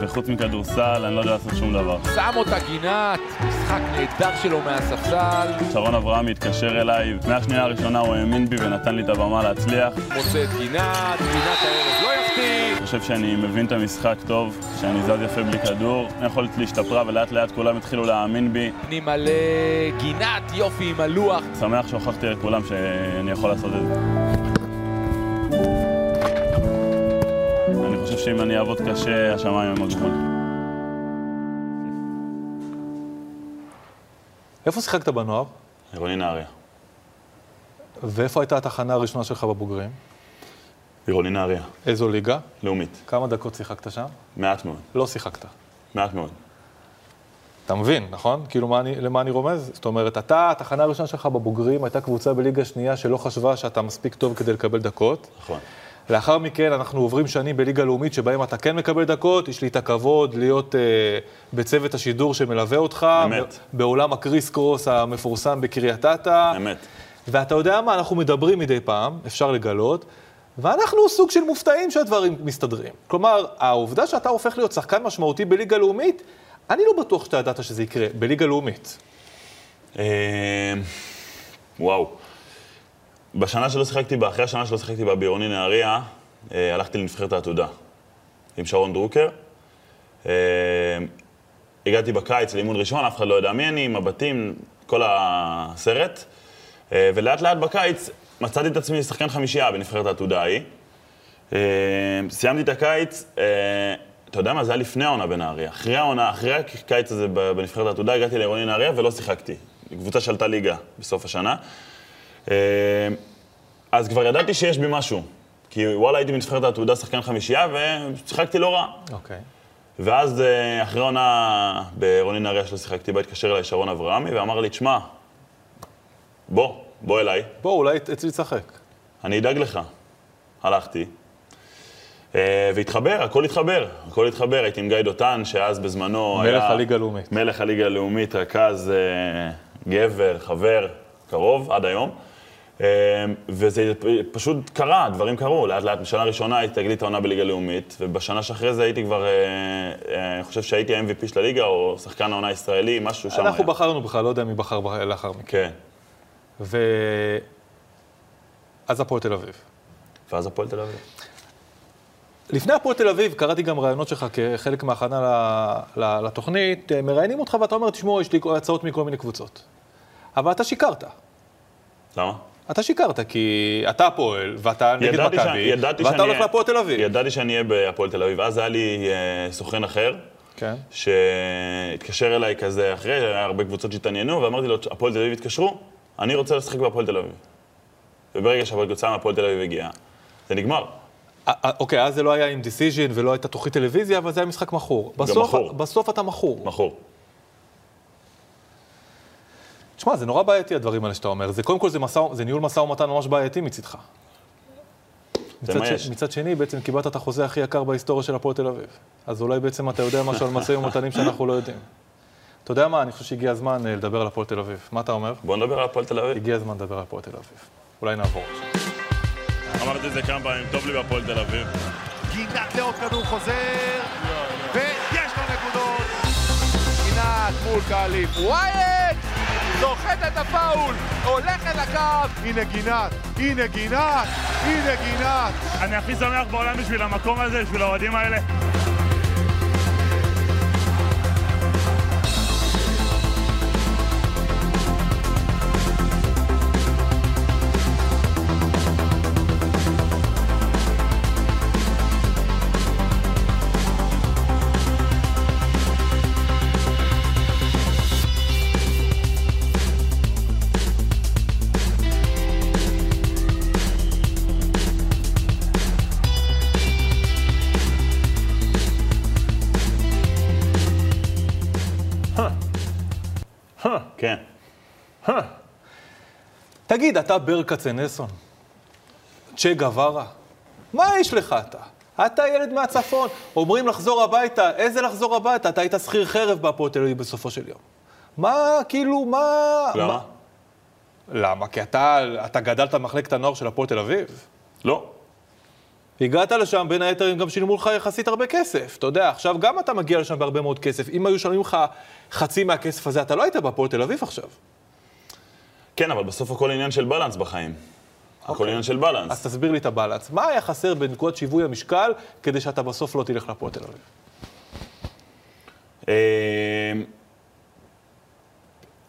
[SPEAKER 2] וחוץ מכדורסל, אני לא יודע לעשות שום דבר.
[SPEAKER 9] שם אותה גינת, משחק נהדר שלו מהספסל,
[SPEAKER 2] שרון אברהם התקשר אליי, מהשנייה הראשונה הוא האמין בי ונתן לי את הבמה להצליח.
[SPEAKER 9] מוצא את גינת, גינת הערב לא יחטיא.
[SPEAKER 2] אני חושב שאני מבין את המשחק טוב, שאני זז יפה בלי כדור. היכולת להשתפרה ולאט לאט כולם התחילו להאמין בי.
[SPEAKER 9] פנימה לגינת, יופי עם הלוח.
[SPEAKER 2] שמח שהוכחתי לכולם שאני יכול לעשות את זה. אני חושב שאם אני אעבוד קשה, השמיים הם הגבול.
[SPEAKER 1] איפה שיחקת בנוער?
[SPEAKER 2] עירוני נהריה.
[SPEAKER 1] ואיפה הייתה התחנה הראשונה שלך בבוגרים?
[SPEAKER 2] עירוני נהריה.
[SPEAKER 1] איזו ליגה?
[SPEAKER 2] לאומית.
[SPEAKER 1] כמה דקות שיחקת שם?
[SPEAKER 2] מעט מאוד.
[SPEAKER 1] לא שיחקת.
[SPEAKER 2] מעט מאוד.
[SPEAKER 1] אתה מבין, נכון? כאילו, מה אני, למה אני רומז? זאת אומרת, אתה, התחנה הראשונה שלך בבוגרים הייתה קבוצה בליגה שנייה שלא חשבה שאתה מספיק טוב כדי לקבל דקות.
[SPEAKER 2] נכון.
[SPEAKER 1] לאחר מכן אנחנו עוברים שנים בליגה לאומית שבהם אתה כן מקבל דקות, יש לי את הכבוד להיות אה, בצוות השידור שמלווה אותך.
[SPEAKER 2] אמת.
[SPEAKER 1] ב- בעולם הקריס קרוס המפורסם בקריית אתא.
[SPEAKER 2] אמת.
[SPEAKER 1] ואתה יודע מה, אנחנו מדברים מדי פעם, אפשר לגלות, ואנחנו סוג של מופתעים שהדברים מסתדרים. כלומר, העובדה שאתה הופך להיות שחקן משמעותי בליגה לאומית, אני לא בטוח שאתה ידעת שזה יקרה, בליגה לאומית.
[SPEAKER 2] אה, וואו. בשנה שלא שיחקתי בה, אחרי השנה שלא שיחקתי בה בעירוני נהריה, אה, הלכתי לנבחרת העתודה עם שרון דרוקר. אה, הגעתי בקיץ לאימון ראשון, אף אחד לא יודע מי אני, מבטים, כל הסרט. אה, ולאט לאט בקיץ מצאתי את עצמי שחקן חמישייה בנבחרת העתודה ההיא. אה, סיימתי את הקיץ, אה, אתה יודע מה, זה היה לפני העונה בנהריה. אחרי העונה, אחרי הקיץ הזה ב- בנבחרת העתודה, הגעתי לעירוני נהריה ולא שיחקתי. קבוצה שעלתה ליגה בסוף השנה. אה, אז כבר ידעתי שיש בי משהו. כי וואלה, הייתי בנבחרת העתודה שחקן חמישייה ושיחקתי לא רע.
[SPEAKER 1] אוקיי.
[SPEAKER 2] ואז אה, אחרי עונה ברוני נהריה שלא שיחקתי בה, התקשר אליי שרון אברהמי ואמר לי, תשמע, בוא, בוא אליי,
[SPEAKER 1] בוא, אולי אצלי תשחק.
[SPEAKER 2] אני אדאג לך. הלכתי. אה, והתחבר, הכל התחבר, הכל התחבר. הייתי עם גיא דותן, שאז בזמנו היה...
[SPEAKER 1] מלך הליגה הלאומית.
[SPEAKER 2] מלך הליגה הלאומית, רכז, אה, גבר, חבר, קרוב, עד היום. אה, וזה פ- פשוט קרה, דברים קרו, לאט לאט. בשנה הראשונה הייתי תגלית העונה בליגה הלאומית, ובשנה שאחרי זה הייתי כבר, אה, אה, אני חושב שהייתי ה-MVP של הליגה, או שחקן העונה הישראלי, משהו שם
[SPEAKER 1] אנחנו
[SPEAKER 2] היה.
[SPEAKER 1] בחרנו בך, לא יודע מי בחר בך לאחר מכן.
[SPEAKER 2] כן.
[SPEAKER 1] ו... אז הפועל תל אביב.
[SPEAKER 2] ואז הפועל תל אביב.
[SPEAKER 1] לפני הפועל תל אביב קראתי גם ראיונות שלך כחלק מההכנה ל- ל- לתוכנית, אה, מראיינים אותך ואתה אומר, תשמעו, יש לי הצעות מכל מיני קבוצות. אבל אתה שיקרת.
[SPEAKER 2] למה?
[SPEAKER 1] אתה שיקרת, כי אתה הפועל, ואתה נגד
[SPEAKER 2] ידעתי שאני-
[SPEAKER 1] מכבי,
[SPEAKER 2] ידעתי
[SPEAKER 1] ואתה
[SPEAKER 2] שאני-
[SPEAKER 1] הולך להפועל תל אביב.
[SPEAKER 2] ידעתי שאני אהיה בהפועל תל אביב. אז היה לי אה, סוכן אחר,
[SPEAKER 1] כן.
[SPEAKER 2] שהתקשר אליי כזה אחרי, היה הרבה קבוצות שהתעניינו, ואמרתי לו, הפועל תל אביב התקשרו, אני רוצה לשחק בהפועל תל אביב. וברגע שהקבוצה מהפועל תל אביב הגיעה, זה נגמר.
[SPEAKER 1] אה, אה, אוקיי, אז זה לא היה עם דיסיז'ין ולא הייתה תוכנית טלוויזיה, אבל זה היה משחק מכור. בסוף,
[SPEAKER 2] מכור.
[SPEAKER 1] בסוף אתה מכור.
[SPEAKER 2] מכור.
[SPEAKER 1] תשמע, זה נורא בעייתי הדברים האלה שאתה אומר. זה קודם כל, זה, מסע, זה ניהול משא ומתן ממש בעייתי מצידך. מצד,
[SPEAKER 2] מה יש?
[SPEAKER 1] מצד שני, בעצם קיבלת את החוזה הכי יקר בהיסטוריה של הפועל תל אביב. אז אולי בעצם אתה יודע משהו על משא ומתנים שאנחנו לא יודעים. אתה יודע מה, אני חושב שהגיע הזמן אה, לדבר על הפועל תל אביב. מה אתה אומר?
[SPEAKER 2] בואו נדבר על הפועל תל אביב.
[SPEAKER 1] הגיע הזמן לדבר על הפועל תל אביב. אולי נעבור עכשיו.
[SPEAKER 2] אמרתי את זה כמה פעמים, טוב לי בהפועל תל אביב.
[SPEAKER 9] גינת לעוד כדור חוזר, ויש לו נקודות. גינת מול קהלים. ווייט! זוכת את הפאול, הולך אל הקו. הנה גינת, הנה גינת, הנה גינת.
[SPEAKER 2] אני הכי שמח בעולם בשביל המקום הזה, בשביל האוהדים האלה. כן.
[SPEAKER 1] תגיד, אתה ברל נסון? צ'ה גווארה? מה יש לך אתה? אתה ילד מהצפון, אומרים לחזור הביתה, איזה לחזור הביתה? אתה היית שכיר חרב בהפועל תל אביב בסופו של יום. מה, כאילו, מה...
[SPEAKER 2] למה?
[SPEAKER 1] מה- למה? כי אתה, אתה גדלת במחלקת הנוער של הפועל תל אביב.
[SPEAKER 2] לא.
[SPEAKER 1] הגעת לשם, בין היתר הם גם שילמו לך יחסית הרבה כסף. אתה יודע, עכשיו גם אתה מגיע לשם בהרבה מאוד כסף. אם היו שולמים לך חצי מהכסף הזה, אתה לא היית בהפועל תל אביב עכשיו.
[SPEAKER 2] כן, אבל בסוף הכל עניין של בלנס בחיים.
[SPEAKER 1] אוקיי.
[SPEAKER 2] הכל עניין של בלנס.
[SPEAKER 1] אז תסביר לי את הבלנס. מה היה חסר בנקודת שיווי המשקל כדי שאתה בסוף לא תלך להפועל תל אביב?
[SPEAKER 2] אה,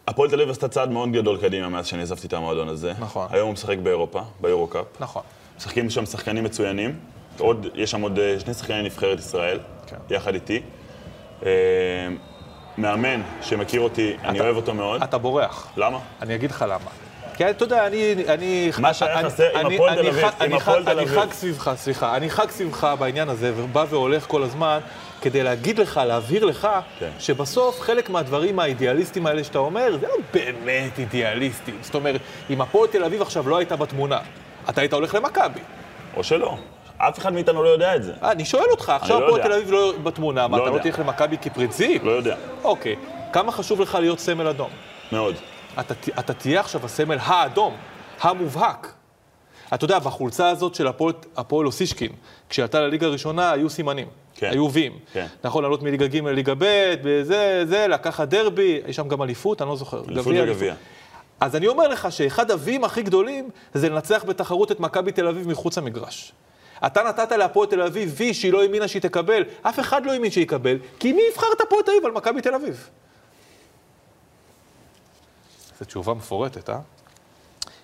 [SPEAKER 2] הפועל תל אביב עשתה צעד מאוד גדול קדימה מאז שאני עזבתי את המועדון הזה.
[SPEAKER 1] נכון.
[SPEAKER 2] היום הוא משחק באירופה, ביורו קאפ.
[SPEAKER 1] נכון.
[SPEAKER 2] משחקים שם שחקנים מצוינים. עוד, יש שם עוד אה, שני שחקני נבחרת ישראל,
[SPEAKER 1] כן.
[SPEAKER 2] יחד איתי. אה, מאמן שמכיר אותי, אני אוהב אותו מאוד.
[SPEAKER 1] אתה בורח.
[SPEAKER 2] למה?
[SPEAKER 1] אני אגיד לך למה. כי אתה יודע, אני... אני
[SPEAKER 2] מה שהיה
[SPEAKER 1] אני-
[SPEAKER 2] חסר עם
[SPEAKER 1] אני-
[SPEAKER 2] הפועל
[SPEAKER 1] אני
[SPEAKER 2] תל אביב,
[SPEAKER 1] חג-
[SPEAKER 2] עם
[SPEAKER 1] אני
[SPEAKER 2] הפועל
[SPEAKER 1] חג-
[SPEAKER 2] תל
[SPEAKER 1] אני
[SPEAKER 2] אביב.
[SPEAKER 1] חג סביבך, סליחה, אני חג סביבך בעניין הזה, ובא והולך כל הזמן, כדי להגיד לך, להבהיר לך,
[SPEAKER 2] כן.
[SPEAKER 1] שבסוף חלק מהדברים האידיאליסטיים האלה שאתה אומר, זה לא באמת אידיאליסטים. זאת אומרת, אם הפועל תל אביב עכשיו לא הייתה בתמונה, אתה היית הולך למכבי.
[SPEAKER 2] או שלא. אף אחד מאיתנו לא יודע את זה.
[SPEAKER 1] אה, אני שואל אותך, עכשיו
[SPEAKER 2] לא
[SPEAKER 1] הפועל
[SPEAKER 2] יודע.
[SPEAKER 1] תל אביב לא בתמונה, מה,
[SPEAKER 2] לא
[SPEAKER 1] אתה לא
[SPEAKER 2] יודע.
[SPEAKER 1] תלך למכבי כפרינציפ?
[SPEAKER 2] לא יודע.
[SPEAKER 1] אוקיי. כמה חשוב לך להיות סמל אדום?
[SPEAKER 2] מאוד.
[SPEAKER 1] אתה, ת- אתה תהיה עכשיו הסמל האדום, המובהק. אתה יודע, בחולצה הזאת של הפועל- הפועל אוסישקין, כשעלתה לליגה הראשונה, היו סימנים.
[SPEAKER 2] כן.
[SPEAKER 1] היו ויים.
[SPEAKER 2] כן.
[SPEAKER 1] נכון, לעלות מליגה ג' לליגה ב', וזה, זה, לקחת דרבי, יש שם גם אליפות, אני לא זוכר.
[SPEAKER 2] אליפות וגביע.
[SPEAKER 1] אז אני אומר לך שאחד הווים הכי גדולים זה לנצח בתחרות את מכבי תל אביב מחוץ למגרש. אתה נתת להפועל תל אביב וי שהיא לא האמינה שהיא תקבל, אף אחד לא האמין שהיא יקבל, כי מי יבחר את הפועל תל אביב על מכבי תל אביב? זו תשובה מפורטת, אה?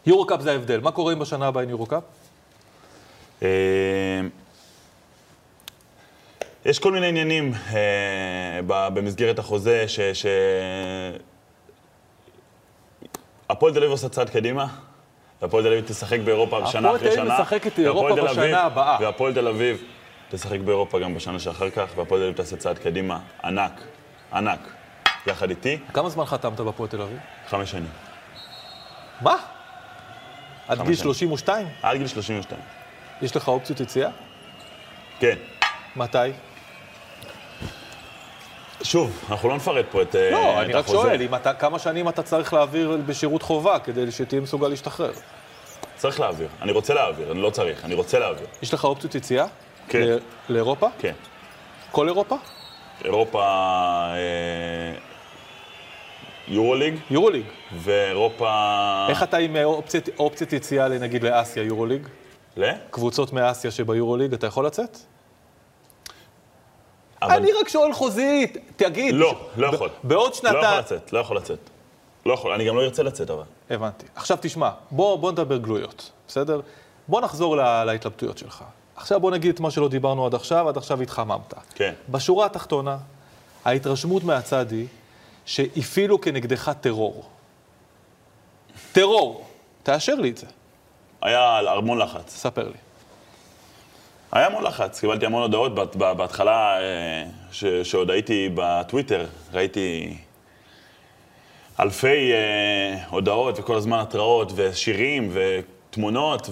[SPEAKER 1] יורו-קאפ זה ההבדל. מה קורה אם בשנה הבאה אין יורו-קאפ?
[SPEAKER 2] אה, יש כל מיני עניינים אה, ב- במסגרת החוזה ש... ש... הפועל תל אביב עושה צעד קדימה, והפועל תל אביב תשחק באירופה שנה
[SPEAKER 1] הפועל
[SPEAKER 2] אחרי
[SPEAKER 1] תל אביב
[SPEAKER 2] שנה.
[SPEAKER 1] משחקת
[SPEAKER 2] והפועל
[SPEAKER 1] אירופה
[SPEAKER 2] תל
[SPEAKER 1] בשנה
[SPEAKER 2] אביב-
[SPEAKER 1] הבאה.
[SPEAKER 2] והפועל תל אביב תשחק באירופה גם בשנה שאחר כך, והפועל תל אביב תעשה צעד קדימה ענק, ענק, יחד איתי,
[SPEAKER 1] כמה זמן חתמת בהפועל תל אביב?
[SPEAKER 2] חמש שנים.
[SPEAKER 1] מה? עד גיל
[SPEAKER 2] שנים.
[SPEAKER 1] 32?
[SPEAKER 2] עד גיל 32.
[SPEAKER 1] יש לך אופציות יציאה?
[SPEAKER 2] כן.
[SPEAKER 1] מתי?
[SPEAKER 2] שוב, אנחנו לא נפרט פה את אה,
[SPEAKER 1] לא,
[SPEAKER 2] את
[SPEAKER 1] אני רק
[SPEAKER 2] החוזה.
[SPEAKER 1] שואל, אם אתה- כמה שנים אתה צריך להעביר בשירות חובה כדי שתהיה מסוגל להשתחרר?
[SPEAKER 2] צריך להעביר. אני רוצה להעביר, אני לא צריך, אני רוצה להעביר.
[SPEAKER 1] יש לך אופציות יציאה?
[SPEAKER 2] כן.
[SPEAKER 1] ל- לאירופה?
[SPEAKER 2] כן.
[SPEAKER 1] כל אירופה?
[SPEAKER 2] אירופה... אה, יורוליג,
[SPEAKER 1] יורוליג.
[SPEAKER 2] אה. ואירופה...
[SPEAKER 1] איך אתה עם אה, אופציית- אופציית יציאה, נגיד, לאסיה, יורוליג?
[SPEAKER 2] ל?
[SPEAKER 1] קבוצות מאסיה שביורוליג, אתה יכול לצאת?
[SPEAKER 2] אבל-
[SPEAKER 1] אני רק שואל חוזית, תגיד.
[SPEAKER 2] לא, לא יכול.
[SPEAKER 1] בעוד שנתיים...
[SPEAKER 2] לא יכול לצאת, לא יכול לצאת. לא יכול, אני גם לא ארצה לצאת, אבל.
[SPEAKER 1] הבנתי. עכשיו תשמע, בוא, בוא נדבר גלויות, בסדר? בוא נחזור לה, להתלבטויות שלך. עכשיו בוא נגיד את מה שלא דיברנו עד עכשיו, עד עכשיו התחממת.
[SPEAKER 2] כן.
[SPEAKER 1] בשורה התחתונה, ההתרשמות מהצד היא שהפעילו כנגדך טרור. טרור. תאשר לי את זה,
[SPEAKER 2] היה על- המון לחץ.
[SPEAKER 1] ספר לי.
[SPEAKER 2] היה המון לחץ, קיבלתי המון הודעות. בת- ב- בהתחלה, אה, ש- שעוד הייתי בטוויטר, ראיתי אלפי אה, הודעות וכל הזמן התראות ושירים ותמונות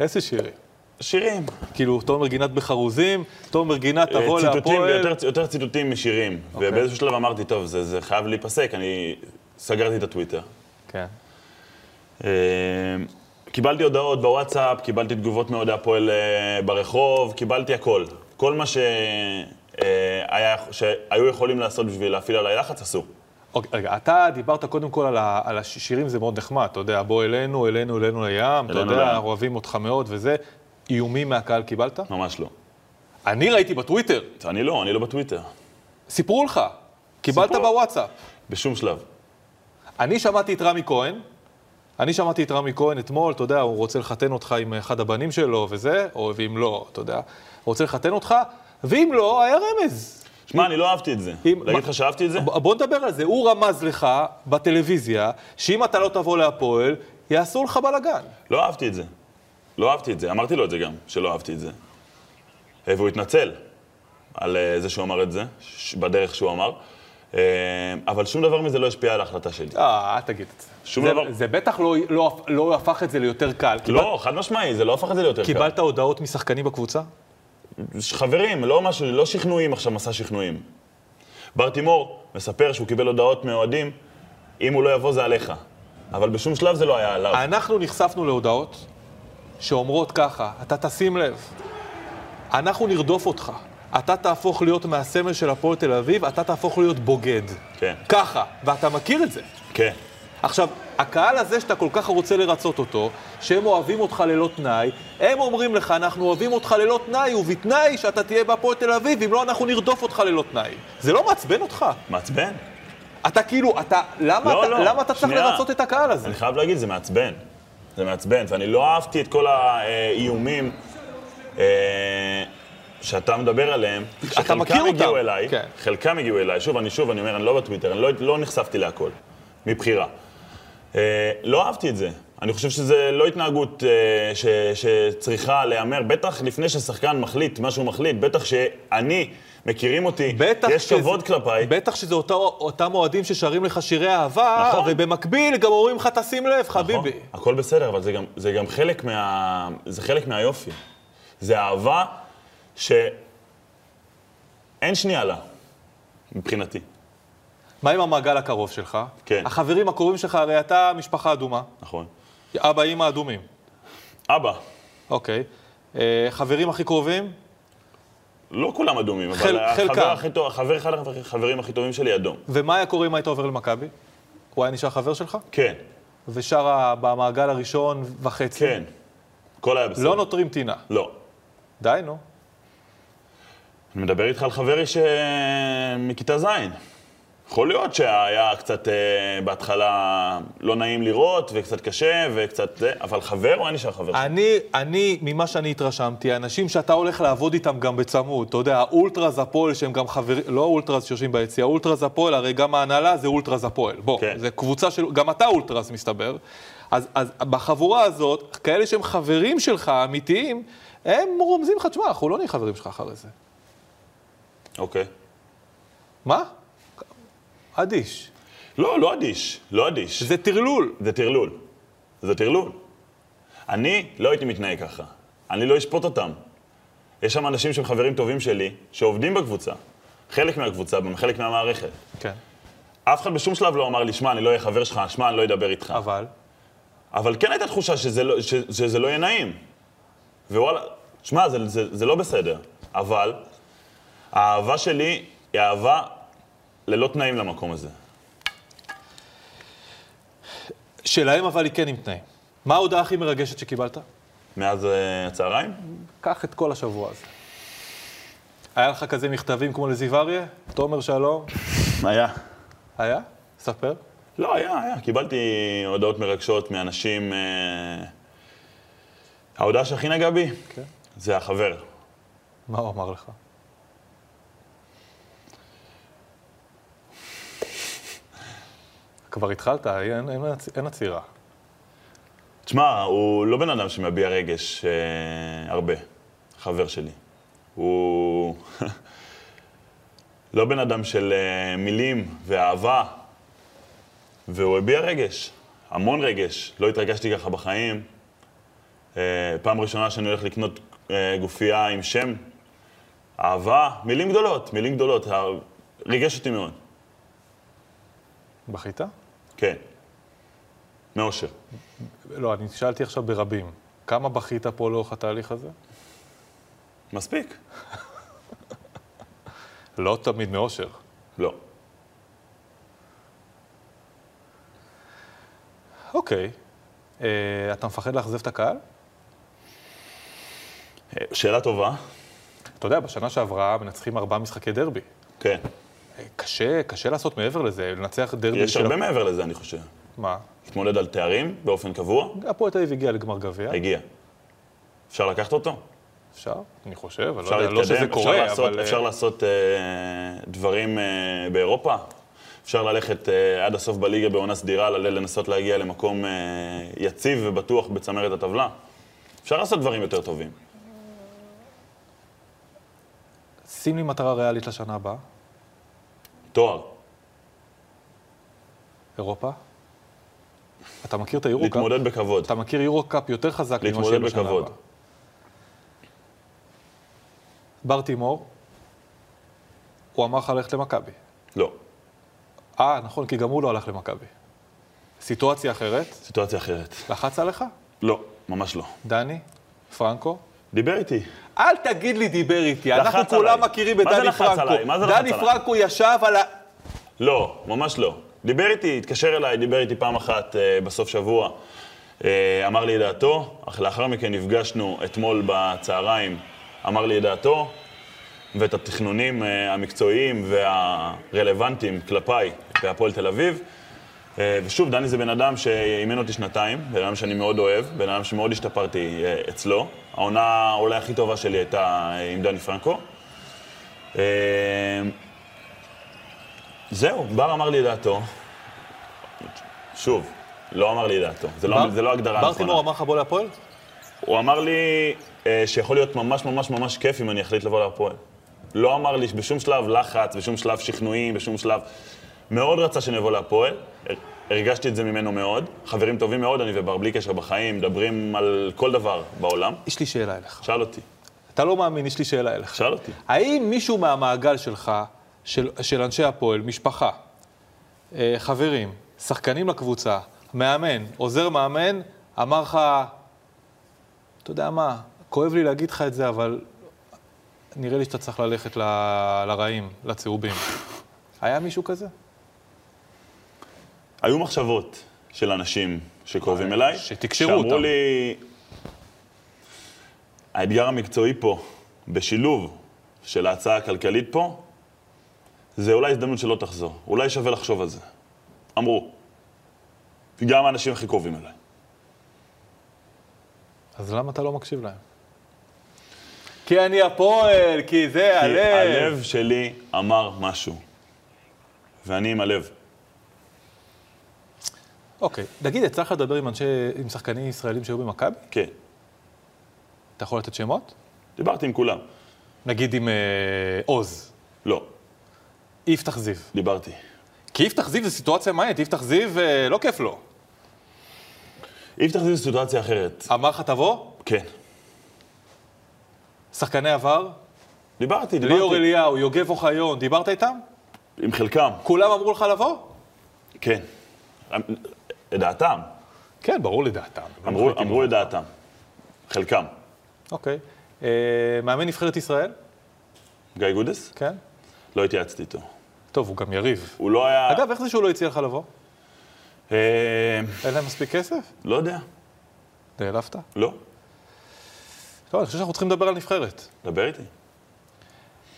[SPEAKER 1] איזה שירים.
[SPEAKER 2] ושירים.
[SPEAKER 1] כאילו, תומר גינת בחרוזים, תומר גינת תבוא
[SPEAKER 2] אה, ציטוטים,
[SPEAKER 1] להפועל.
[SPEAKER 2] יותר, יותר ציטוטים משירים.
[SPEAKER 1] אוקיי.
[SPEAKER 2] ובאיזשהו שלב אמרתי, טוב, זה, זה חייב להיפסק, אני סגרתי את הטוויטר.
[SPEAKER 1] כן.
[SPEAKER 2] אה, קיבלתי הודעות בוואטסאפ, קיבלתי תגובות מאוהדי הפועל אה, ברחוב, קיבלתי הכל. כל מה ש... אה, היה, שהיו יכולים לעשות בשביל להפעיל עליי לחץ, עשו.
[SPEAKER 1] אוקיי, רגע, אתה דיברת קודם כל על, ה, על השירים, זה מאוד נחמד, אתה יודע, בוא אלינו, אלינו, אלינו לים, אתה
[SPEAKER 2] אלינו
[SPEAKER 1] יודע,
[SPEAKER 2] לים.
[SPEAKER 1] אנחנו אוהבים אותך מאוד וזה. איומים מהקהל קיבלת?
[SPEAKER 2] ממש לא.
[SPEAKER 1] אני ראיתי בטוויטר,
[SPEAKER 2] אני לא, אני לא בטוויטר.
[SPEAKER 1] סיפרו לך, קיבלת
[SPEAKER 2] סיפרו.
[SPEAKER 1] בוואטסאפ.
[SPEAKER 2] בשום שלב.
[SPEAKER 1] אני שמעתי את רמי כהן, אני שמעתי את רמי כהן אתמול, אתה יודע, הוא רוצה לחתן אותך עם אחד הבנים שלו וזה, או ואם לא, אתה יודע, רוצה לחתן אותך, ואם לא, היה רמז.
[SPEAKER 2] שמע, אני לא אהבתי את זה.
[SPEAKER 1] אם-
[SPEAKER 2] להגיד
[SPEAKER 1] מה-
[SPEAKER 2] לך שאהבתי את זה?
[SPEAKER 1] ב- בוא נדבר על זה, הוא רמז לך בטלוויזיה, שאם אתה לא תבוא להפועל, יעשו לך בלאגן.
[SPEAKER 2] לא אהבתי את זה. לא אהבתי את זה. אמרתי לו את זה גם, שלא אהבתי את זה. אה, והוא התנצל על אה, זה שהוא אמר את זה, ש- בדרך שהוא אמר. אה, אבל שום דבר מזה לא השפיע על ההחלטה שלי.
[SPEAKER 1] אה, אל תגיד את זה.
[SPEAKER 2] שום
[SPEAKER 1] זה,
[SPEAKER 2] דבר.
[SPEAKER 1] זה בטח לא, לא, לא הפך את זה ליותר קל.
[SPEAKER 2] לא, חד משמעי, זה לא הפך את זה ליותר קל.
[SPEAKER 1] קיבלת הודעות משחקנים בקבוצה?
[SPEAKER 2] חברים, לא משהו, לא שכנועים עכשיו, מסע שכנועים. בר תימור מספר שהוא קיבל הודעות מאוהדים, אם הוא לא יבוא זה עליך. אבל בשום שלב זה לא היה עליו.
[SPEAKER 1] אנחנו נחשפנו להודעות שאומרות ככה, אתה תשים לב, אנחנו נרדוף אותך, אתה תהפוך להיות מהסמל של הפועל תל אביב, אתה תהפוך להיות בוגד.
[SPEAKER 2] כן.
[SPEAKER 1] ככה, ואתה מכיר את זה.
[SPEAKER 2] כן.
[SPEAKER 1] עכשיו, הקהל הזה שאתה כל כך רוצה לרצות אותו, שהם אוהבים אותך ללא תנאי, הם אומרים לך, אנחנו אוהבים אותך ללא תנאי, ובתנאי שאתה תהיה בהפועל תל אביב, אם לא, אנחנו נרדוף אותך ללא תנאי. זה לא מעצבן אותך?
[SPEAKER 2] מעצבן.
[SPEAKER 1] אתה כאילו, אתה, למה,
[SPEAKER 2] לא,
[SPEAKER 1] אתה,
[SPEAKER 2] לא,
[SPEAKER 1] למה אתה צריך
[SPEAKER 2] שנייה.
[SPEAKER 1] לרצות את הקהל הזה?
[SPEAKER 2] אני חייב להגיד, זה מעצבן. זה מעצבן, ואני לא אהבתי את כל האיומים אה, שאתה מדבר עליהם. שחלקם
[SPEAKER 1] מכיר אותם.
[SPEAKER 2] הגיעו אליי,
[SPEAKER 1] כן.
[SPEAKER 2] חלקם הגיעו אליי. שוב, אני שוב, אני אומר, אני לא בטוויטר, אני לא, לא נחשפתי להכל, מבחירה. אה, לא אהבתי את זה. אני חושב שזו לא התנהגות אה, ש, שצריכה להיאמר, בטח לפני ששחקן מחליט מה שהוא מחליט, בטח שאני, מכירים אותי,
[SPEAKER 1] בטח
[SPEAKER 2] יש
[SPEAKER 1] שזה-
[SPEAKER 2] כבוד כלפיי.
[SPEAKER 1] בטח שזה אותו, אותם אוהדים ששרים לך שירי אהבה,
[SPEAKER 2] נכון.
[SPEAKER 1] ובמקביל גם אומרים לך, תשים לב, חביבי.
[SPEAKER 2] נכון, הכל בסדר, אבל זה גם, זה גם חלק, מה, זה חלק מהיופי. זה אהבה שאין שנייה לה, מבחינתי.
[SPEAKER 1] מה עם המעגל הקרוב שלך?
[SPEAKER 2] כן.
[SPEAKER 1] החברים הקרובים שלך, הרי אתה משפחה אדומה.
[SPEAKER 2] נכון.
[SPEAKER 1] אבא, אימא אדומים.
[SPEAKER 2] אבא,
[SPEAKER 1] אוקיי. אה, חברים הכי קרובים?
[SPEAKER 2] לא כולם אדומים, אבל
[SPEAKER 1] חל- חלקם.
[SPEAKER 2] החבר, הכי טוב, החבר אחד החברים הכי טובים שלי אדום.
[SPEAKER 1] ומה היה קורה אם היית עובר למכבי? הוא היה נשאר חבר שלך?
[SPEAKER 2] כן,
[SPEAKER 1] ושרה במעגל הראשון וחצי?
[SPEAKER 2] כן. הכל היה בסדר.
[SPEAKER 1] לא נותרים טינה.
[SPEAKER 2] לא.
[SPEAKER 1] די, נו.
[SPEAKER 2] אני מדבר איתך על חברי ש... מכיתה ז'. יכול להיות שהיה קצת אה, בהתחלה לא נעים לראות, וקצת קשה, וקצת זה, אבל חבר או אין נשאר חבר?
[SPEAKER 1] אני, אני, ממה שאני התרשמתי, אנשים שאתה הולך לעבוד איתם גם בצמוד, אתה יודע, האולטרז הפועל שהם גם חברים, לא האולטרז שיושבים ביציע, האולטרז הפועל, הרי גם ההנהלה זה אולטרז הפועל. בוא,
[SPEAKER 2] כן.
[SPEAKER 1] כן. זה קבוצה של, גם אתה אולטרז מסתבר. אז, אז בחבורה הזאת, כאלה שהם חברים שלך, אמיתיים, הם רומזים לך, תשמע, אנחנו לא נהיה חברים שלך אחרי זה.
[SPEAKER 2] אוקיי.
[SPEAKER 1] מה? אדיש.
[SPEAKER 2] לא, לא אדיש, לא אדיש.
[SPEAKER 1] זה טרלול.
[SPEAKER 2] זה טרלול. זה טרלול. אני לא הייתי מתנהג ככה. אני לא אשפוט אותם. יש שם אנשים שהם חברים טובים שלי, שעובדים בקבוצה. חלק מהקבוצה, גם חלק מהמערכת.
[SPEAKER 1] כן.
[SPEAKER 2] אף אחד בשום שלב לא אמר לי, שמע, אני לא אהיה חבר שלך, שמע, אני לא אדבר איתך.
[SPEAKER 1] אבל?
[SPEAKER 2] אבל כן הייתה תחושה שזה לא, ש, שזה לא יהיה נעים. ווואלה, שמע, זה, זה, זה לא בסדר. אבל האהבה שלי היא אהבה ללא תנאים למקום הזה.
[SPEAKER 1] שלהם אבל היא כן עם תנאים. מה ההודעה הכי מרגשת שקיבלת?
[SPEAKER 2] מאז אה, הצהריים?
[SPEAKER 1] קח את כל השבוע הזה. היה לך כזה מכתבים כמו לזיו אריה? תומר שלום?
[SPEAKER 2] היה.
[SPEAKER 1] היה? ספר.
[SPEAKER 2] לא, היה, היה. קיבלתי הודעות מרגשות מאנשים... אה... ההודעה שהכי נגעה בי,
[SPEAKER 1] כן.
[SPEAKER 2] זה החבר.
[SPEAKER 1] מה הוא אמר לך? כבר התחלת, אין, אין, עצ- אין עצירה.
[SPEAKER 2] תשמע, הוא לא בן אדם שמביע רגש אה, הרבה, חבר שלי. הוא לא בן אדם של אה, מילים ואהבה, והוא הביע רגש, המון רגש. לא התרגשתי ככה בחיים. אה, פעם ראשונה שאני הולך לקנות אה, גופייה עם שם, אהבה, מילים גדולות, מילים גדולות. אה, ריגש אותי מאוד,
[SPEAKER 1] בכית?
[SPEAKER 2] כן. מאושר.
[SPEAKER 1] לא, אני שאלתי עכשיו ברבים. כמה בכית פה לאורך התהליך הזה?
[SPEAKER 2] מספיק?
[SPEAKER 1] לא תמיד מאושר.
[SPEAKER 2] לא.
[SPEAKER 1] אוקיי. אה, אתה מפחד לאכזב את הקהל?
[SPEAKER 2] אה, שאלה טובה.
[SPEAKER 1] אתה יודע, בשנה שעברה מנצחים ארבעה משחקי דרבי.
[SPEAKER 2] כן.
[SPEAKER 1] אה, קשה, קשה לעשות מעבר לזה, לנצח דרבי
[SPEAKER 2] יש הרבה
[SPEAKER 1] ה-
[SPEAKER 2] מעבר לזה, אני חושב.
[SPEAKER 1] מה?
[SPEAKER 2] התמודד על תארים באופן קבוע,
[SPEAKER 1] הפועל תל אביב הגיע לגמר גביע,
[SPEAKER 2] הגיע. אפשר לקחת אותו?
[SPEAKER 1] אפשר, אני חושב, אני לא
[SPEAKER 2] אפשר
[SPEAKER 1] יודע, לא שזה
[SPEAKER 2] להתקדם, אפשר
[SPEAKER 1] קורה,
[SPEAKER 2] לעשות-
[SPEAKER 1] אבל... אה,
[SPEAKER 2] אפשר לעשות אה, דברים אה, באירופה. אפשר ללכת אה, עד הסוף בליגה בעונה סדירה, ל- לנסות להגיע למקום אה, יציב ובטוח בצמרת הטבלה. אפשר לעשות דברים יותר טובים.
[SPEAKER 1] שים לי מטרה ריאלית לשנה הבאה,
[SPEAKER 2] תואר,
[SPEAKER 1] אוקיי. אירופה. אתה מכיר את היורו-קאפ?
[SPEAKER 2] להתמודד בכבוד.
[SPEAKER 1] אתה מכיר יורו-קאפ יותר חזק ממה שיהיה
[SPEAKER 2] להתמודד
[SPEAKER 1] בשנה
[SPEAKER 2] בכבוד.
[SPEAKER 1] הבאה. בר תימור, הוא אמר לך ללכת למכבי.
[SPEAKER 2] לא,
[SPEAKER 1] אה, נכון, כי גם הוא לא הלך למכבי. סיטואציה אחרת,
[SPEAKER 2] סיטואציה אחרת.
[SPEAKER 1] לחץ עליך?
[SPEAKER 2] לא, ממש לא.
[SPEAKER 1] דני? פרנקו?
[SPEAKER 2] דיבר איתי.
[SPEAKER 1] אל תגיד לי דיבר איתי,
[SPEAKER 2] לחץ
[SPEAKER 1] אנחנו כולם
[SPEAKER 2] עליי.
[SPEAKER 1] מכירים את
[SPEAKER 2] מה זה
[SPEAKER 1] דני
[SPEAKER 2] לחץ
[SPEAKER 1] פרנקו.
[SPEAKER 2] עליי? מה זה לחץ
[SPEAKER 1] דני
[SPEAKER 2] עליי?
[SPEAKER 1] פרנקו ישב על ה...
[SPEAKER 2] לא, ממש לא. דיבר איתי, התקשר אליי, דיבר איתי פעם אחת אה, בסוף שבוע, אה, אמר לי את דעתו, אך לאחר מכן נפגשנו אתמול בצהריים, אמר לי את דעתו, ואת התכנונים אה, המקצועיים והרלוונטיים כלפיי בהפועל תל אביב. אה, ושוב, דני זה בן אדם שאימן אותי שנתיים, בן אדם שאני מאוד אוהב, בן אדם שמאוד השתפרתי אה, אצלו. העונה אולי הכי טובה שלי הייתה אה, עם דני פרנקו. אה, זהו, בר אמר לי את דעתו. שוב, לא אמר לי את דעתו. זה לא,
[SPEAKER 1] בר-
[SPEAKER 2] זה לא הגדרה
[SPEAKER 1] בר תימור אמר לך בוא להפועל?
[SPEAKER 2] הוא אמר לי אה, שיכול להיות ממש ממש ממש כיף אם אני אחליט לבוא להפועל. לא אמר לי בשום שלב לחץ, בשום שלב שכנועים, בשום שלב... מאוד רצה שאני אבוא להפועל, הר- הרגשתי את זה ממנו מאוד. חברים טובים מאוד, אני ובר בלי קשר בחיים, מדברים על כל דבר בעולם.
[SPEAKER 1] יש לי שאלה אליך.
[SPEAKER 2] שאל אותי,
[SPEAKER 1] אתה לא מאמין, יש לי שאלה אליך.
[SPEAKER 2] שאל אותי.
[SPEAKER 1] האם מישהו מהמעגל שלך, של, של אנשי הפועל, משפחה, אה, חברים, שחקנים לקבוצה, מאמן, עוזר מאמן, אמר לך, אתה יודע מה, כואב לי להגיד לך את זה, אבל נראה לי שאתה צריך ללכת ל, לרעים, לצהובים. היה מישהו כזה?
[SPEAKER 2] היו מחשבות של אנשים שקרובים אליי,
[SPEAKER 1] שתקשרו אותם.
[SPEAKER 2] שאמרו לי, האתגר המקצועי פה, בשילוב של ההצעה הכלכלית פה, זה אולי הזדמנות שלא תחזור. אולי שווה לחשוב על זה. אמרו. גם האנשים הכי קרובים אליי.
[SPEAKER 1] אז למה אתה לא מקשיב להם? כי אני הפועל, כי זה
[SPEAKER 2] כי
[SPEAKER 1] הלב.
[SPEAKER 2] הלב שלי אמר משהו. ואני עם הלב.
[SPEAKER 1] אוקיי, תגיד, יצא לך לדבר עם אנשי, עם שחקנים ישראלים שהיו במכבי?
[SPEAKER 2] כן.
[SPEAKER 1] אתה יכול לתת שמות?
[SPEAKER 2] דיברתי עם כולם.
[SPEAKER 1] נגיד עם אה, עוז,
[SPEAKER 2] לא,
[SPEAKER 1] יפתח זיו.
[SPEAKER 2] דיברתי.
[SPEAKER 1] כי יפתח זיו זו סיטואציה מעניינת, יפתח זיו אה, לא כיף לו.
[SPEAKER 2] יפתח זיו זו סיטואציה אחרת.
[SPEAKER 1] אמר לך תבוא,
[SPEAKER 2] כן.
[SPEAKER 1] שחקני עבר,
[SPEAKER 2] דיברתי,
[SPEAKER 1] ליאור
[SPEAKER 2] דיברתי.
[SPEAKER 1] אליהו, יוגב אוחיון, דיברת איתם?
[SPEAKER 2] עם חלקם.
[SPEAKER 1] כולם אמרו לך לבוא?
[SPEAKER 2] כן. את דעתם.
[SPEAKER 1] כן, ברור לדעתם.
[SPEAKER 2] אמרו, אמרו את דעתם. חלקם.
[SPEAKER 1] אוקיי. אה, מאמן נבחרת ישראל?
[SPEAKER 2] גיא גודס?
[SPEAKER 1] כן.
[SPEAKER 2] לא התייעצתי איתו.
[SPEAKER 1] טוב, הוא גם יריב.
[SPEAKER 2] הוא לא היה...
[SPEAKER 1] אגב, איך זה שהוא לא הציע לך לבוא?
[SPEAKER 2] אה,
[SPEAKER 1] אין להם מספיק כסף?
[SPEAKER 2] לא יודע.
[SPEAKER 1] נעלבת?
[SPEAKER 2] לא.
[SPEAKER 1] לא, אני חושב שאנחנו צריכים לדבר על נבחרת.
[SPEAKER 2] דבר איתי.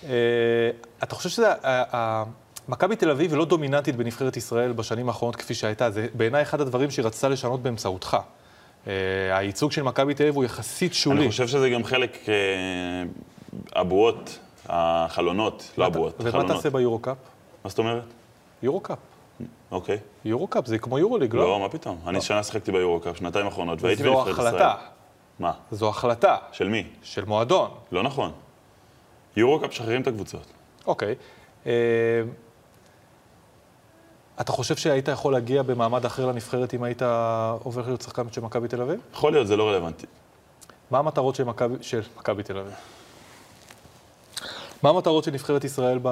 [SPEAKER 1] אה, אתה חושב שזה... ה- ה- מכבי תל אביב היא לא דומיננטית בנבחרת ישראל בשנים האחרונות כפי שהייתה. זה בעיניי אחד הדברים שהיא רצתה לשנות באמצעותך. אה, הייצוג של מכבי תל אביב הוא יחסית שולי.
[SPEAKER 2] אני חושב שזה גם חלק... אה, הבועות, החלונות, לא הבועות,
[SPEAKER 1] ומה
[SPEAKER 2] החלונות.
[SPEAKER 1] תעשה ביורו-קאפ?
[SPEAKER 2] מה זאת אומרת?
[SPEAKER 1] יורו-קאפ.
[SPEAKER 2] אוקיי.
[SPEAKER 1] יורו-קאפ זה כמו יורו-ליג,
[SPEAKER 2] לא, מה פתאום. אני שנה שיחקתי ביורו-קאפ, שנתיים האחרונות, והייתי
[SPEAKER 1] זו
[SPEAKER 2] בנבחרת ישראל.
[SPEAKER 1] לא החלטה.
[SPEAKER 2] מה?
[SPEAKER 1] זו החלטה
[SPEAKER 2] של מי?
[SPEAKER 1] של מועדון.
[SPEAKER 2] לא נכון. יורו-קאפ משחררים את הקבוצות.
[SPEAKER 1] אוקיי. אה, אתה חושב שהיית יכול להגיע במעמד אחר לנבחרת אם היית עובר להיות שחקן של מכבי תל אביב?
[SPEAKER 2] יכול להיות, זה לא רלוונטי.
[SPEAKER 1] מה המטרות של מכבי, של מכבי תל אביב? מה המטרות של נבחרת ישראל, ב...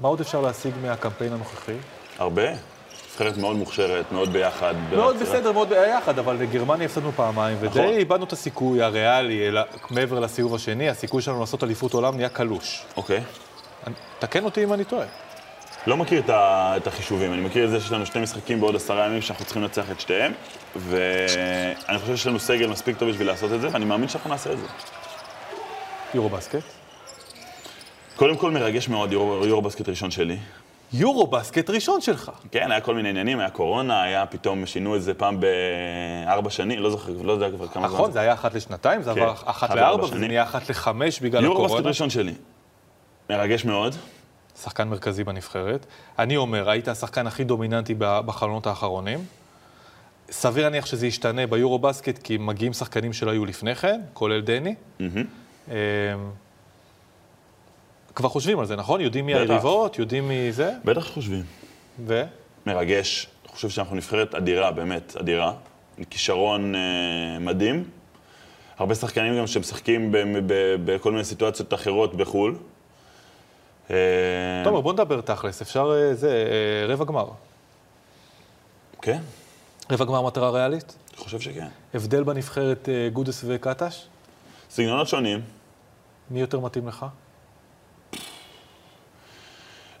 [SPEAKER 1] מה עוד אפשר להשיג מהקמפיין הנוכחי?
[SPEAKER 2] הרבה. נבחרת מאוד מוכשרת, מאוד ביחד.
[SPEAKER 1] מאוד
[SPEAKER 2] בהצלחה.
[SPEAKER 1] בסדר, מאוד ביחד, אבל לגרמניה הפסדנו פעמיים,
[SPEAKER 2] נכון.
[SPEAKER 1] ודי איבדנו את הסיכוי הריאלי אלא- מעבר לסיבוב השני, הסיכוי שלנו לעשות אליפות עולם נהיה קלוש.
[SPEAKER 2] אוקיי.
[SPEAKER 1] אני- תקן אותי אם אני טועה.
[SPEAKER 2] לא מכיר את, ה... את החישובים, אני מכיר את זה שיש לנו שני משחקים בעוד עשרה ימים שאנחנו צריכים לנצח את שתיהם, ואני חושב שיש לנו סגל מספיק טוב בשביל לעשות את זה, ואני מאמין שאנחנו נעשה את זה.
[SPEAKER 1] יורו בסקט.
[SPEAKER 2] קודם כל מרגש מאוד, יורו, יורו בסקט ראשון שלי.
[SPEAKER 1] יורו בסקט ראשון שלך.
[SPEAKER 2] כן, היה כל מיני עניינים, היה קורונה, היה פתאום, שינו את זה פעם בארבע שנים, לא זוכר, לא יודע כבר כמה
[SPEAKER 1] נכון, זה היה אחת לשנתיים, זה
[SPEAKER 2] כן,
[SPEAKER 1] עבר אחת לארבע, וזה
[SPEAKER 2] שנים.
[SPEAKER 1] נהיה אחת לחמש בגלל
[SPEAKER 2] יורו בסקט
[SPEAKER 1] הקורונה.
[SPEAKER 2] ראשון שלי. מרגש מאוד.
[SPEAKER 1] שחקן מרכזי בנבחרת. אני אומר, היית השחקן הכי דומיננטי ב- בחלונות האחרונים. סביר להניח שזה ישתנה ביורו בסקט, כי מגיעים שחקנים שלא היו לפני כן, כולל דני. אמ, כבר חושבים על זה, נכון? יודעים מי
[SPEAKER 2] בטח.
[SPEAKER 1] היריבות, יודעים מי זה,
[SPEAKER 2] בטח חושבים.
[SPEAKER 1] ו...
[SPEAKER 2] מרגש. אני חושב שאנחנו נבחרת אדירה, באמת, אדירה. כישרון אה, מדהים. הרבה שחקנים גם שמשחקים ב- ב- בכל מיני סיטואציות אחרות בחו"ל. אה,
[SPEAKER 1] תומר, בוא נדבר תכלס, אפשר אה, זה, אה, רבע גמר.
[SPEAKER 2] כן,
[SPEAKER 1] רבע גמר מטרה ריאלית?
[SPEAKER 2] אני חושב שכן.
[SPEAKER 1] הבדל בנבחרת אה, גודס וקטש?
[SPEAKER 2] סגנונות שונים.
[SPEAKER 1] מי יותר מתאים לך?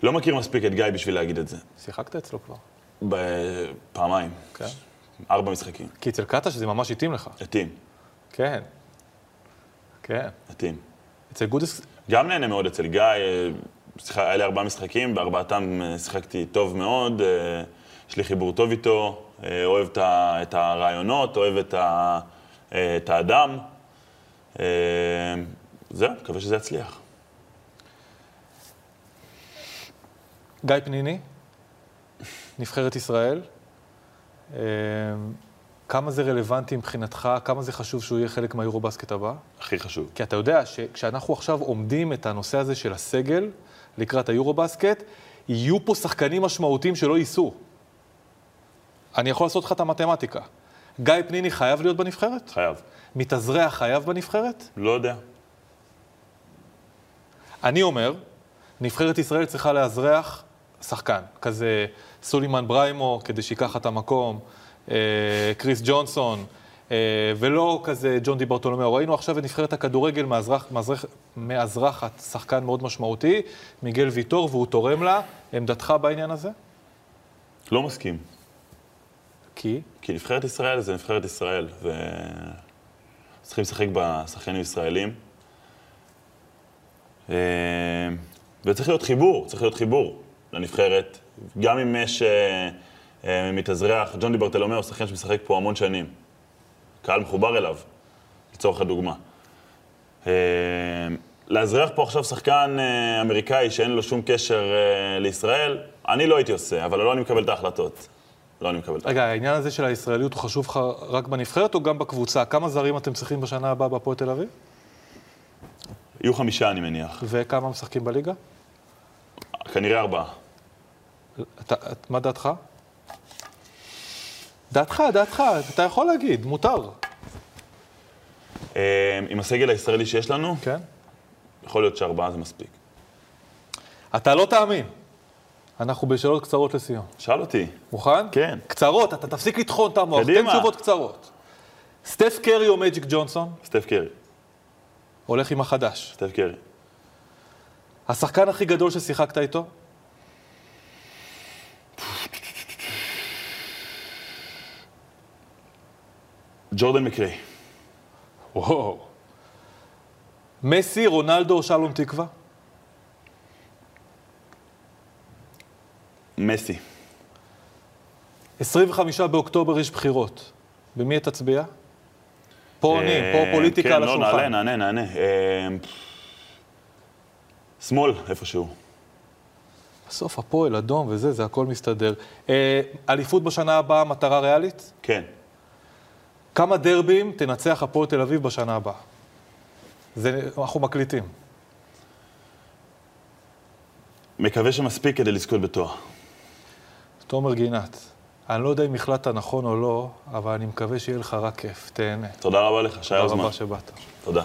[SPEAKER 2] לא מכיר מספיק את גיא בשביל להגיד את זה.
[SPEAKER 1] שיחקת אצלו כבר.
[SPEAKER 2] ב- פעמיים.
[SPEAKER 1] כן.
[SPEAKER 2] ארבע משחקים.
[SPEAKER 1] כי אצל קטש זה ממש התאים לך.
[SPEAKER 2] התאים,
[SPEAKER 1] כן. כן.
[SPEAKER 2] התאים.
[SPEAKER 1] אצל גודס,
[SPEAKER 2] גם נהנה מאוד אצל גיא, אה, שיחה- היה לי ארבעה משחקים, בארבעתם אה, שיחקתי טוב מאוד, אה, יש לי חיבור טוב איתו, אה, אוהב את ה- את הרעיונות, אוהב את ה- אה, את האדם. אה, זהו, מקווה שזה יצליח.
[SPEAKER 1] גיא פניני, נבחרת ישראל. אמ, כמה זה רלוונטי מבחינתך, כמה זה חשוב שהוא יהיה חלק מהיורו-בסקט הבא?
[SPEAKER 2] הכי חשוב.
[SPEAKER 1] כי אתה יודע שכשאנחנו עכשיו אומדים את הנושא הזה של הסגל לקראת היורו-בסקט, יהיו פה שחקנים משמעותיים שלא ייסעו. אני יכול לעשות לך את המתמטיקה. גיא פניני חייב להיות בנבחרת?
[SPEAKER 2] חייב.
[SPEAKER 1] מתאזרח חייב בנבחרת?
[SPEAKER 2] לא יודע.
[SPEAKER 1] אני אומר, נבחרת ישראל צריכה לאזרח שחקן, כזה סולימן בריימו, כדי שייקח את המקום, אה, קריס ג'ונסון, אה, ולא כזה ג'ון די ברטולומיאו. ראינו עכשיו את נבחרת הכדורגל מאזרח, מאזרח, מאזרחת שחקן מאוד משמעותי, מיגל ויטור, והוא תורם לה. עמדתך בעניין הזה?
[SPEAKER 2] לא מסכים.
[SPEAKER 1] כי?
[SPEAKER 2] כי נבחרת ישראל זה נבחרת ישראל, ו... צריכים לשחק בשחקנים ישראלים. אה, וצריך להיות חיבור, צריך להיות חיבור לנבחרת. גם אם יש אה, אה, מתאזרח, ג'ון דיברטלומיאו, שחקן שמשחק פה המון שנים. קהל מחובר אליו, לצורך הדוגמה. אה, לאזרח פה עכשיו שחקן אה, אמריקאי שאין לו שום קשר אה, לישראל, אני לא הייתי עושה, אבל לא אני מקבל את ההחלטות. לא אני מקבל את ההחלטות.
[SPEAKER 1] רגע, העניין הזה של הישראליות הוא חשוב לך רק בנבחרת או גם בקבוצה? כמה זרים אתם צריכים בשנה הבאה בהפועל תל אביב?
[SPEAKER 2] יהיו חמישה, אני מניח.
[SPEAKER 1] וכמה משחקים בליגה?
[SPEAKER 2] כנראה ארבעה.
[SPEAKER 1] אתה, את, מה דעתך? דעתך, דעתך, אתה יכול להגיד, מותר.
[SPEAKER 2] אה, עם הסגל הישראלי שיש לנו,
[SPEAKER 1] כן?
[SPEAKER 2] יכול להיות שארבעה זה מספיק.
[SPEAKER 1] אתה לא תאמין. אנחנו בשאלות קצרות לסיום.
[SPEAKER 2] שאל אותי.
[SPEAKER 1] מוכן?
[SPEAKER 2] כן.
[SPEAKER 1] קצרות, אתה תפסיק לטחון את המוח, תן
[SPEAKER 2] קדימה.
[SPEAKER 1] תשובות קצרות. סטף קרי או מג'יק ג'ונסון?
[SPEAKER 2] סטף קרי,
[SPEAKER 1] הולך עם החדש.
[SPEAKER 2] סטף קרי.
[SPEAKER 1] השחקן הכי גדול ששיחקת איתו?
[SPEAKER 2] ג'ורדן מקרי,
[SPEAKER 1] וואו. מסי, רונלדו או שלום תקווה?
[SPEAKER 2] מסי,
[SPEAKER 1] 25 באוקטובר יש בחירות. במי תצביע? פה עונים,
[SPEAKER 2] אה,
[SPEAKER 1] פה פוליטיקה על השולחן.
[SPEAKER 2] כן, לא, נעלה, נענה, נענה. אה, שמאל, איפשהו.
[SPEAKER 1] בסוף הפועל, אדום וזה, זה הכל מסתדר. אה, אליפות בשנה הבאה, מטרה ריאלית?
[SPEAKER 2] כן.
[SPEAKER 1] כמה דרבים תנצח הפועל תל אביב בשנה הבאה? זה, אנחנו מקליטים.
[SPEAKER 2] מקווה שמספיק כדי לזכות בתואר.
[SPEAKER 1] תומר גינת, אני לא יודע אם החלטת נכון או לא, אבל אני מקווה שיהיה לך רק כיף. תהנה.
[SPEAKER 2] תודה רבה לך, שהיה
[SPEAKER 1] תודה
[SPEAKER 2] הזמן.
[SPEAKER 1] רבה שבאת.
[SPEAKER 2] תודה.